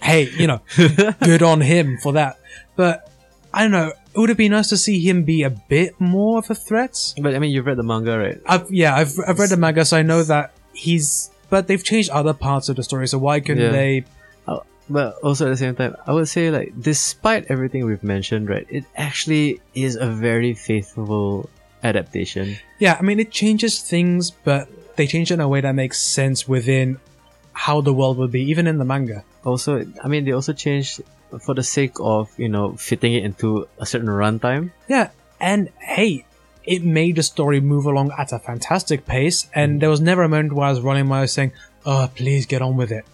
Speaker 1: hey you know good on him for that. But I don't know. It would have been nice to see him be a bit more of a threat.
Speaker 2: [laughs] but I mean, you've read the manga, right?
Speaker 1: I've, yeah, I've, I've read the manga, so I know that he's. But they've changed other parts of the story, so why couldn't
Speaker 2: Yeah.
Speaker 1: they?
Speaker 2: But also at the same time, I would say like, despite everything we've mentioned, right, it actually is a very faithful adaptation.
Speaker 1: Yeah, I mean, it changes things, but they change it in a way that makes sense within how the world would be, even in the manga.
Speaker 2: Also, I mean, they also changed for the sake of you know fitting it into a certain runtime.
Speaker 1: And hey, it made the story move along at a fantastic pace,
Speaker 2: Mm.
Speaker 1: and there was never a moment where I was running my eyes saying, "Oh, please get on with it."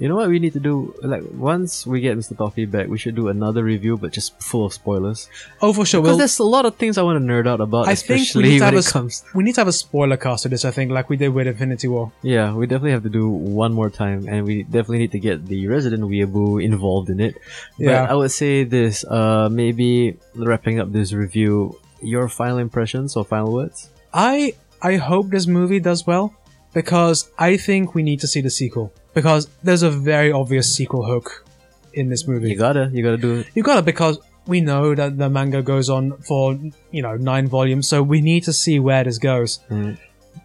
Speaker 2: You know what we need to do? Like once we get Mr. Toffee back, we should do another review, but just full of spoilers.
Speaker 1: Oh, for sure.
Speaker 2: Because
Speaker 1: we'll-
Speaker 2: there's a lot of things I want to nerd out about,
Speaker 1: I think we
Speaker 2: especially
Speaker 1: need to
Speaker 2: [laughs] when
Speaker 1: have
Speaker 2: it
Speaker 1: a s-
Speaker 2: comes.
Speaker 1: We need to have a spoiler cast to this, I think, like we did with Infinity War.
Speaker 2: Yeah, we definitely have to do one more time, and we definitely need to get the resident weeaboo involved in it.
Speaker 1: Yeah.
Speaker 2: But I would say this, uh, maybe wrapping up this review, your final impressions or final words?
Speaker 1: I I hope this movie does well because I think we need to see the sequel because there's a very obvious sequel hook in this
Speaker 2: You
Speaker 1: movie.
Speaker 2: gotta, you gotta do it.
Speaker 1: You got to because we know that the manga goes on for you know nine volumes, so we need to see where this goes.
Speaker 2: Mm.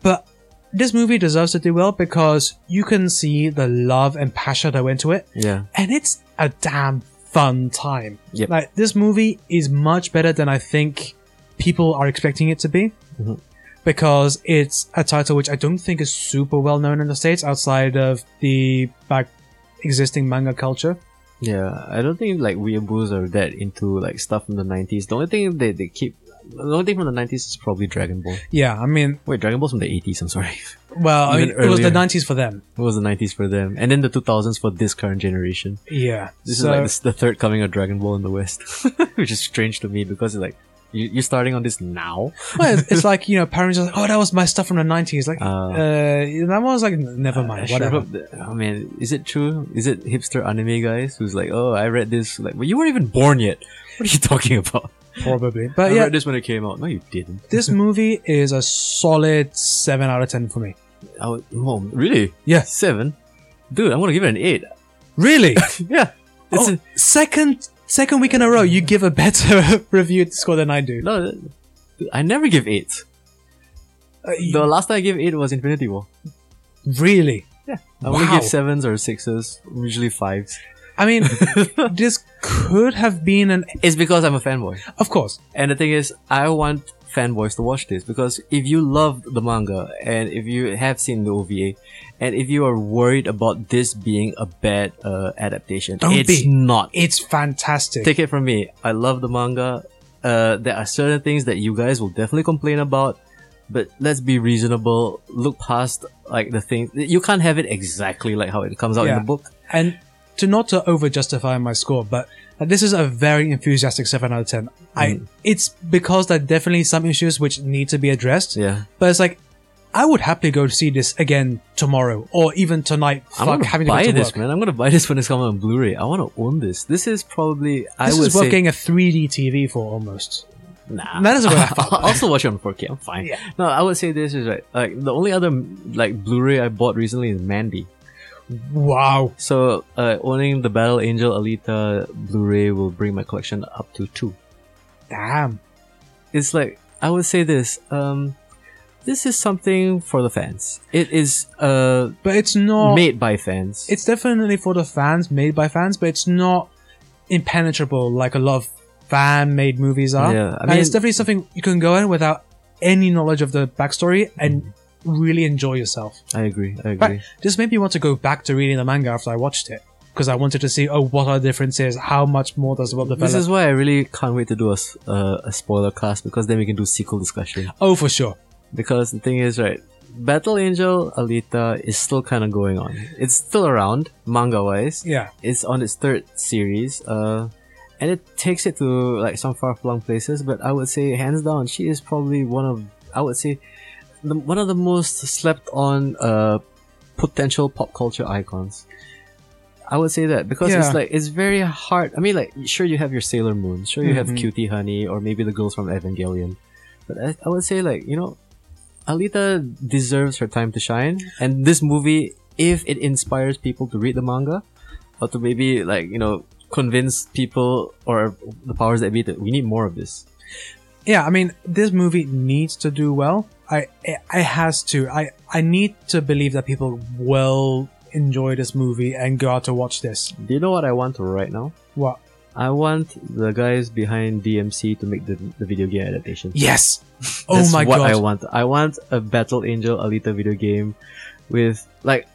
Speaker 1: But this movie deserves to do well because you can see the love and passion that went into it,
Speaker 2: Yeah,
Speaker 1: and it's a damn fun time.
Speaker 2: Yep.
Speaker 1: Like this movie is much better than I think people are expecting it to be.
Speaker 2: Mhm.
Speaker 1: Because it's a title which I don't think is super well known in the States outside of the like existing manga culture.
Speaker 2: yeah. I don't think like weeaboos are that into like stuff from the '90s. The only thing they they keep, the only thing from the '90s is probably Dragon Ball.
Speaker 1: Yeah, I mean
Speaker 2: Wait, Dragon Ball's from the '80s. I'm sorry. [laughs]
Speaker 1: well, I mean
Speaker 2: Even
Speaker 1: it was the
Speaker 2: earlier.
Speaker 1: nineties for them.
Speaker 2: It was the '90s for them, and then the 2000s for this current generation.
Speaker 1: Yeah.
Speaker 2: This
Speaker 1: so
Speaker 2: [laughs] is like the, the third coming of Dragon Ball in the West, which is strange to me because it's like You, you're starting on this now.
Speaker 1: Well, it's,
Speaker 2: [laughs]
Speaker 1: it's like you know, parents are like, "Oh, that was my stuff from the '90s." Like, uh,
Speaker 2: Uh,
Speaker 1: that one was like, "Never
Speaker 2: I
Speaker 1: mind,
Speaker 2: should
Speaker 1: whatever."
Speaker 2: [laughs] have- oh man, is it true? Is it hipster anime guys who's like, oh, I read this like, well, you weren't even born yet. [laughs] What are you talking about?
Speaker 1: Probably, but
Speaker 2: I
Speaker 1: Uh, yeah,
Speaker 2: read this when it came out. No, you didn't. [laughs]
Speaker 1: this movie is a solid seven out of ten for me.
Speaker 2: I was, oh, really?
Speaker 1: Yeah.
Speaker 2: Seven? Dude, I'm gonna give it an eight. [laughs]
Speaker 1: Really,
Speaker 2: yeah. It's
Speaker 1: Oh,
Speaker 2: a,
Speaker 1: second second week in a row, you give a better [laughs] review score than I do.
Speaker 2: no, dude, I never give eight.
Speaker 1: Uh, you-
Speaker 2: The last time I gave eight was Infinity War.
Speaker 1: really,
Speaker 2: I only
Speaker 1: Wow.
Speaker 2: give sevens or sixes, usually fives.
Speaker 1: I
Speaker 2: [laughs]
Speaker 1: mean, this could have been an.
Speaker 2: It's because I'm a fanboy.
Speaker 1: Of course,
Speaker 2: And the thing is, I want fanboys to watch this because if you love the manga and if you have seen the OVA and if you are worried about this being a bad uh, adaptation,
Speaker 1: Don't
Speaker 2: it's
Speaker 1: be.
Speaker 2: not.
Speaker 1: it's fantastic.
Speaker 2: Take it from me. I love the manga. Uh, there are certain things that you guys will definitely complain about, but let's be reasonable. Look past like the things you can't have it exactly like how it comes out in
Speaker 1: Yeah.
Speaker 2: the book.
Speaker 1: and to not to over justify my score, but this is a very enthusiastic seven out of ten. I
Speaker 2: Mm.
Speaker 1: it's because there are definitely some issues which need to be addressed,
Speaker 2: Yeah,
Speaker 1: but it's like I would happily go see this again tomorrow or even tonight.
Speaker 2: I'm
Speaker 1: fuck,
Speaker 2: gonna
Speaker 1: having to go
Speaker 2: buy
Speaker 1: to
Speaker 2: this,
Speaker 1: work.
Speaker 2: man. I'm gonna buy this when it's coming out on Blu-ray. I want to own this. This is probably I
Speaker 1: This
Speaker 2: would
Speaker 1: is worth
Speaker 2: say
Speaker 1: getting a 3D TV for almost.
Speaker 2: Nah,
Speaker 1: That doesn't work.
Speaker 2: I'll [laughs] also watch it on 4K. I'm fine.
Speaker 1: Yeah.
Speaker 2: No, I would say this is right. Like the only other like Blu-ray I bought recently is Mandy.
Speaker 1: Wow.
Speaker 2: So uh, owning the Battle Angel Alita Blu-ray will bring my collection up to two.
Speaker 1: Damn.
Speaker 2: It's like I would say this. Um, this is something for the fans. It is uh
Speaker 1: But it's not
Speaker 2: made by fans.
Speaker 1: it's definitely for the fans, made by fans, but it's not impenetrable like a lot of fan made movies are.
Speaker 2: Yeah, I
Speaker 1: and
Speaker 2: mean-
Speaker 1: it's definitely something you can go in without any knowledge of the backstory and
Speaker 2: Mm-hmm.
Speaker 1: really enjoy yourself.
Speaker 2: I agree. I
Speaker 1: In fact,
Speaker 2: agree.
Speaker 1: this made me want to go back to reading the manga after I watched it because I wanted to see, oh, what are the differences? How much more does what develop?
Speaker 2: This is why I really can't wait to do a, s- uh, a spoiler cast because then we can do sequel discussion.
Speaker 1: oh, for sure.
Speaker 2: Because the thing is, right, Battle Angel Alita is still kind of going on. It's still around, manga wise.
Speaker 1: Yeah.
Speaker 2: It's on its third series, uh, and it takes it to like some far flung places. But I would say, hands down, she is probably one of, I would say, the, one of the most slept on uh, potential pop culture icons. I would say that because
Speaker 1: Yeah.
Speaker 2: it's like it's very hard. I mean, like sure you have your Sailor Moon, sure you have
Speaker 1: Mhm.
Speaker 2: Cutie Honey, or maybe the girls from Evangelion, but I, I would say like you know, Alita deserves her time to shine, and this movie, if it inspires people to read the manga, or to maybe like you know convince people or the powers that be that we need more of this.
Speaker 1: yeah i mean this movie needs to do well i it, it has to i i need to believe that people will enjoy this movie and go out to watch this
Speaker 2: Do you know what I want right now?
Speaker 1: what
Speaker 2: I want the guys behind DMC to make the, the video game adaptation.
Speaker 1: yes oh
Speaker 2: That's
Speaker 1: my
Speaker 2: what
Speaker 1: god
Speaker 2: I want. I want a Battle Angel Alita video game with like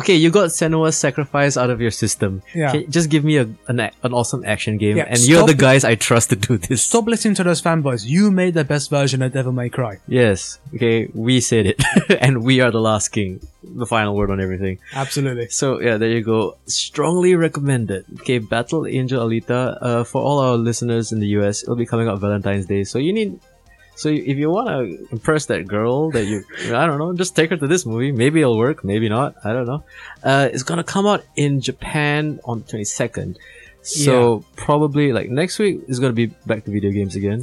Speaker 2: okay, you got Senua's sacrifice out of your system.
Speaker 1: yeah
Speaker 2: Okay, just give me a, an, a- an awesome action game
Speaker 1: Yeah,
Speaker 2: and you're
Speaker 1: stop-
Speaker 2: the guys I trust to do this.
Speaker 1: stop listening to those fanboys you made the best version of devil may cry
Speaker 2: Yes. Okay, we said it. [laughs] and we are the last king. The final word on everything.
Speaker 1: absolutely
Speaker 2: So yeah, there you go. Strongly recommended. Okay, Battle Angel Alita. Uh, for all our listeners in the US, it'll be coming out Valentine's Day. So you need. So if you want to impress that girl that you, [laughs] I don't know, just take her to this movie. Maybe it'll work. Maybe not. I don't know. Uh, it's gonna come out in Japan on the twenty second. So probably like next week is gonna be back to video games again.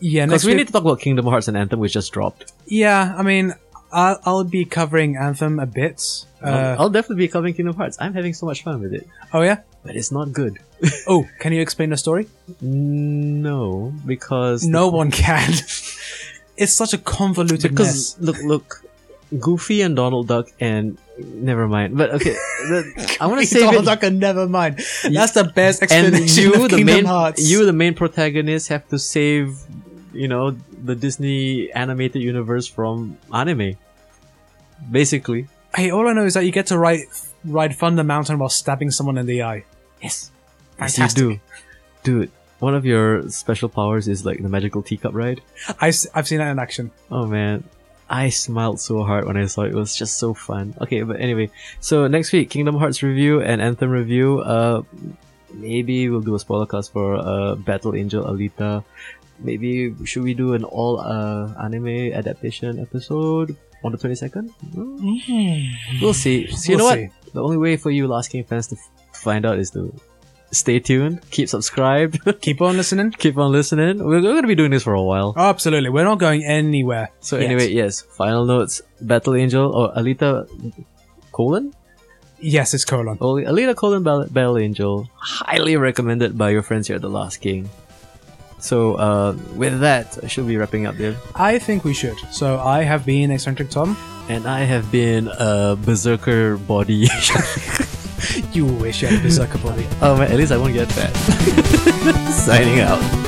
Speaker 1: yeah
Speaker 2: Because
Speaker 1: next
Speaker 2: we
Speaker 1: week,
Speaker 2: need to talk about Kingdom Hearts and Anthem, which just dropped.
Speaker 1: yeah i mean I'll, I'll be covering anthem a bit uh,
Speaker 2: I'll, I'll definitely be covering Kingdom Hearts. I'm having so much fun with it,
Speaker 1: oh yeah
Speaker 2: but it's not good.
Speaker 1: oh can you explain the story
Speaker 2: No, because [laughs]
Speaker 1: no one can [laughs] it's such a convoluted
Speaker 2: because
Speaker 1: mess
Speaker 2: [laughs] look, look, Goofy and Donald Duck and never mind. But okay, the,
Speaker 1: [laughs]
Speaker 2: I want to say
Speaker 1: Donald Duck and never mind. That's the best
Speaker 2: and
Speaker 1: explanation
Speaker 2: you,
Speaker 1: of
Speaker 2: the
Speaker 1: Kingdom
Speaker 2: main,
Speaker 1: Hearts.
Speaker 2: you, the main protagonist, have to save, you know, the Disney animated universe from anime. Basically,
Speaker 1: hey, all I know is that you get to ride ride Thunder Mountain while stabbing someone in the eye. Yes,
Speaker 2: yes, you do, dude. One of your special powers is like the magical teacup ride.
Speaker 1: I, have seen that in action.
Speaker 2: Oh man, I smiled so hard when I saw it. It was just so fun. Okay, but anyway, so next week Kingdom Hearts review and Anthem review. Uh, maybe we'll do a spoiler cast for uh Battle Angel Alita. maybe should we do an all uh, anime adaptation episode on the 22nd? Hmm, We'll see. So
Speaker 1: Mm. We'll
Speaker 2: you know
Speaker 1: see.
Speaker 2: what? The only way for you Last King fans to f- find out is to stay tuned, keep subscribed, [laughs]
Speaker 1: Keep on listening.
Speaker 2: keep on listening. We're, we're going to be doing this for a while.
Speaker 1: Absolutely. We're not going anywhere.
Speaker 2: So
Speaker 1: yet.
Speaker 2: anyway, yes, final notes. Battle Angel or Alita colon?
Speaker 1: Yes, it's colon.
Speaker 2: Oh, Alita colon Bal- Battle Angel. Highly recommended by your friends here at The Last King. So uh, with that, I should be wrapping up there.
Speaker 1: I think we should. So I have been Eccentric Tom.
Speaker 2: And I have been a berserker body. [laughs]
Speaker 1: You wish you had a berserker body.
Speaker 2: oh man, at least I won't get fat. [laughs] Signing out.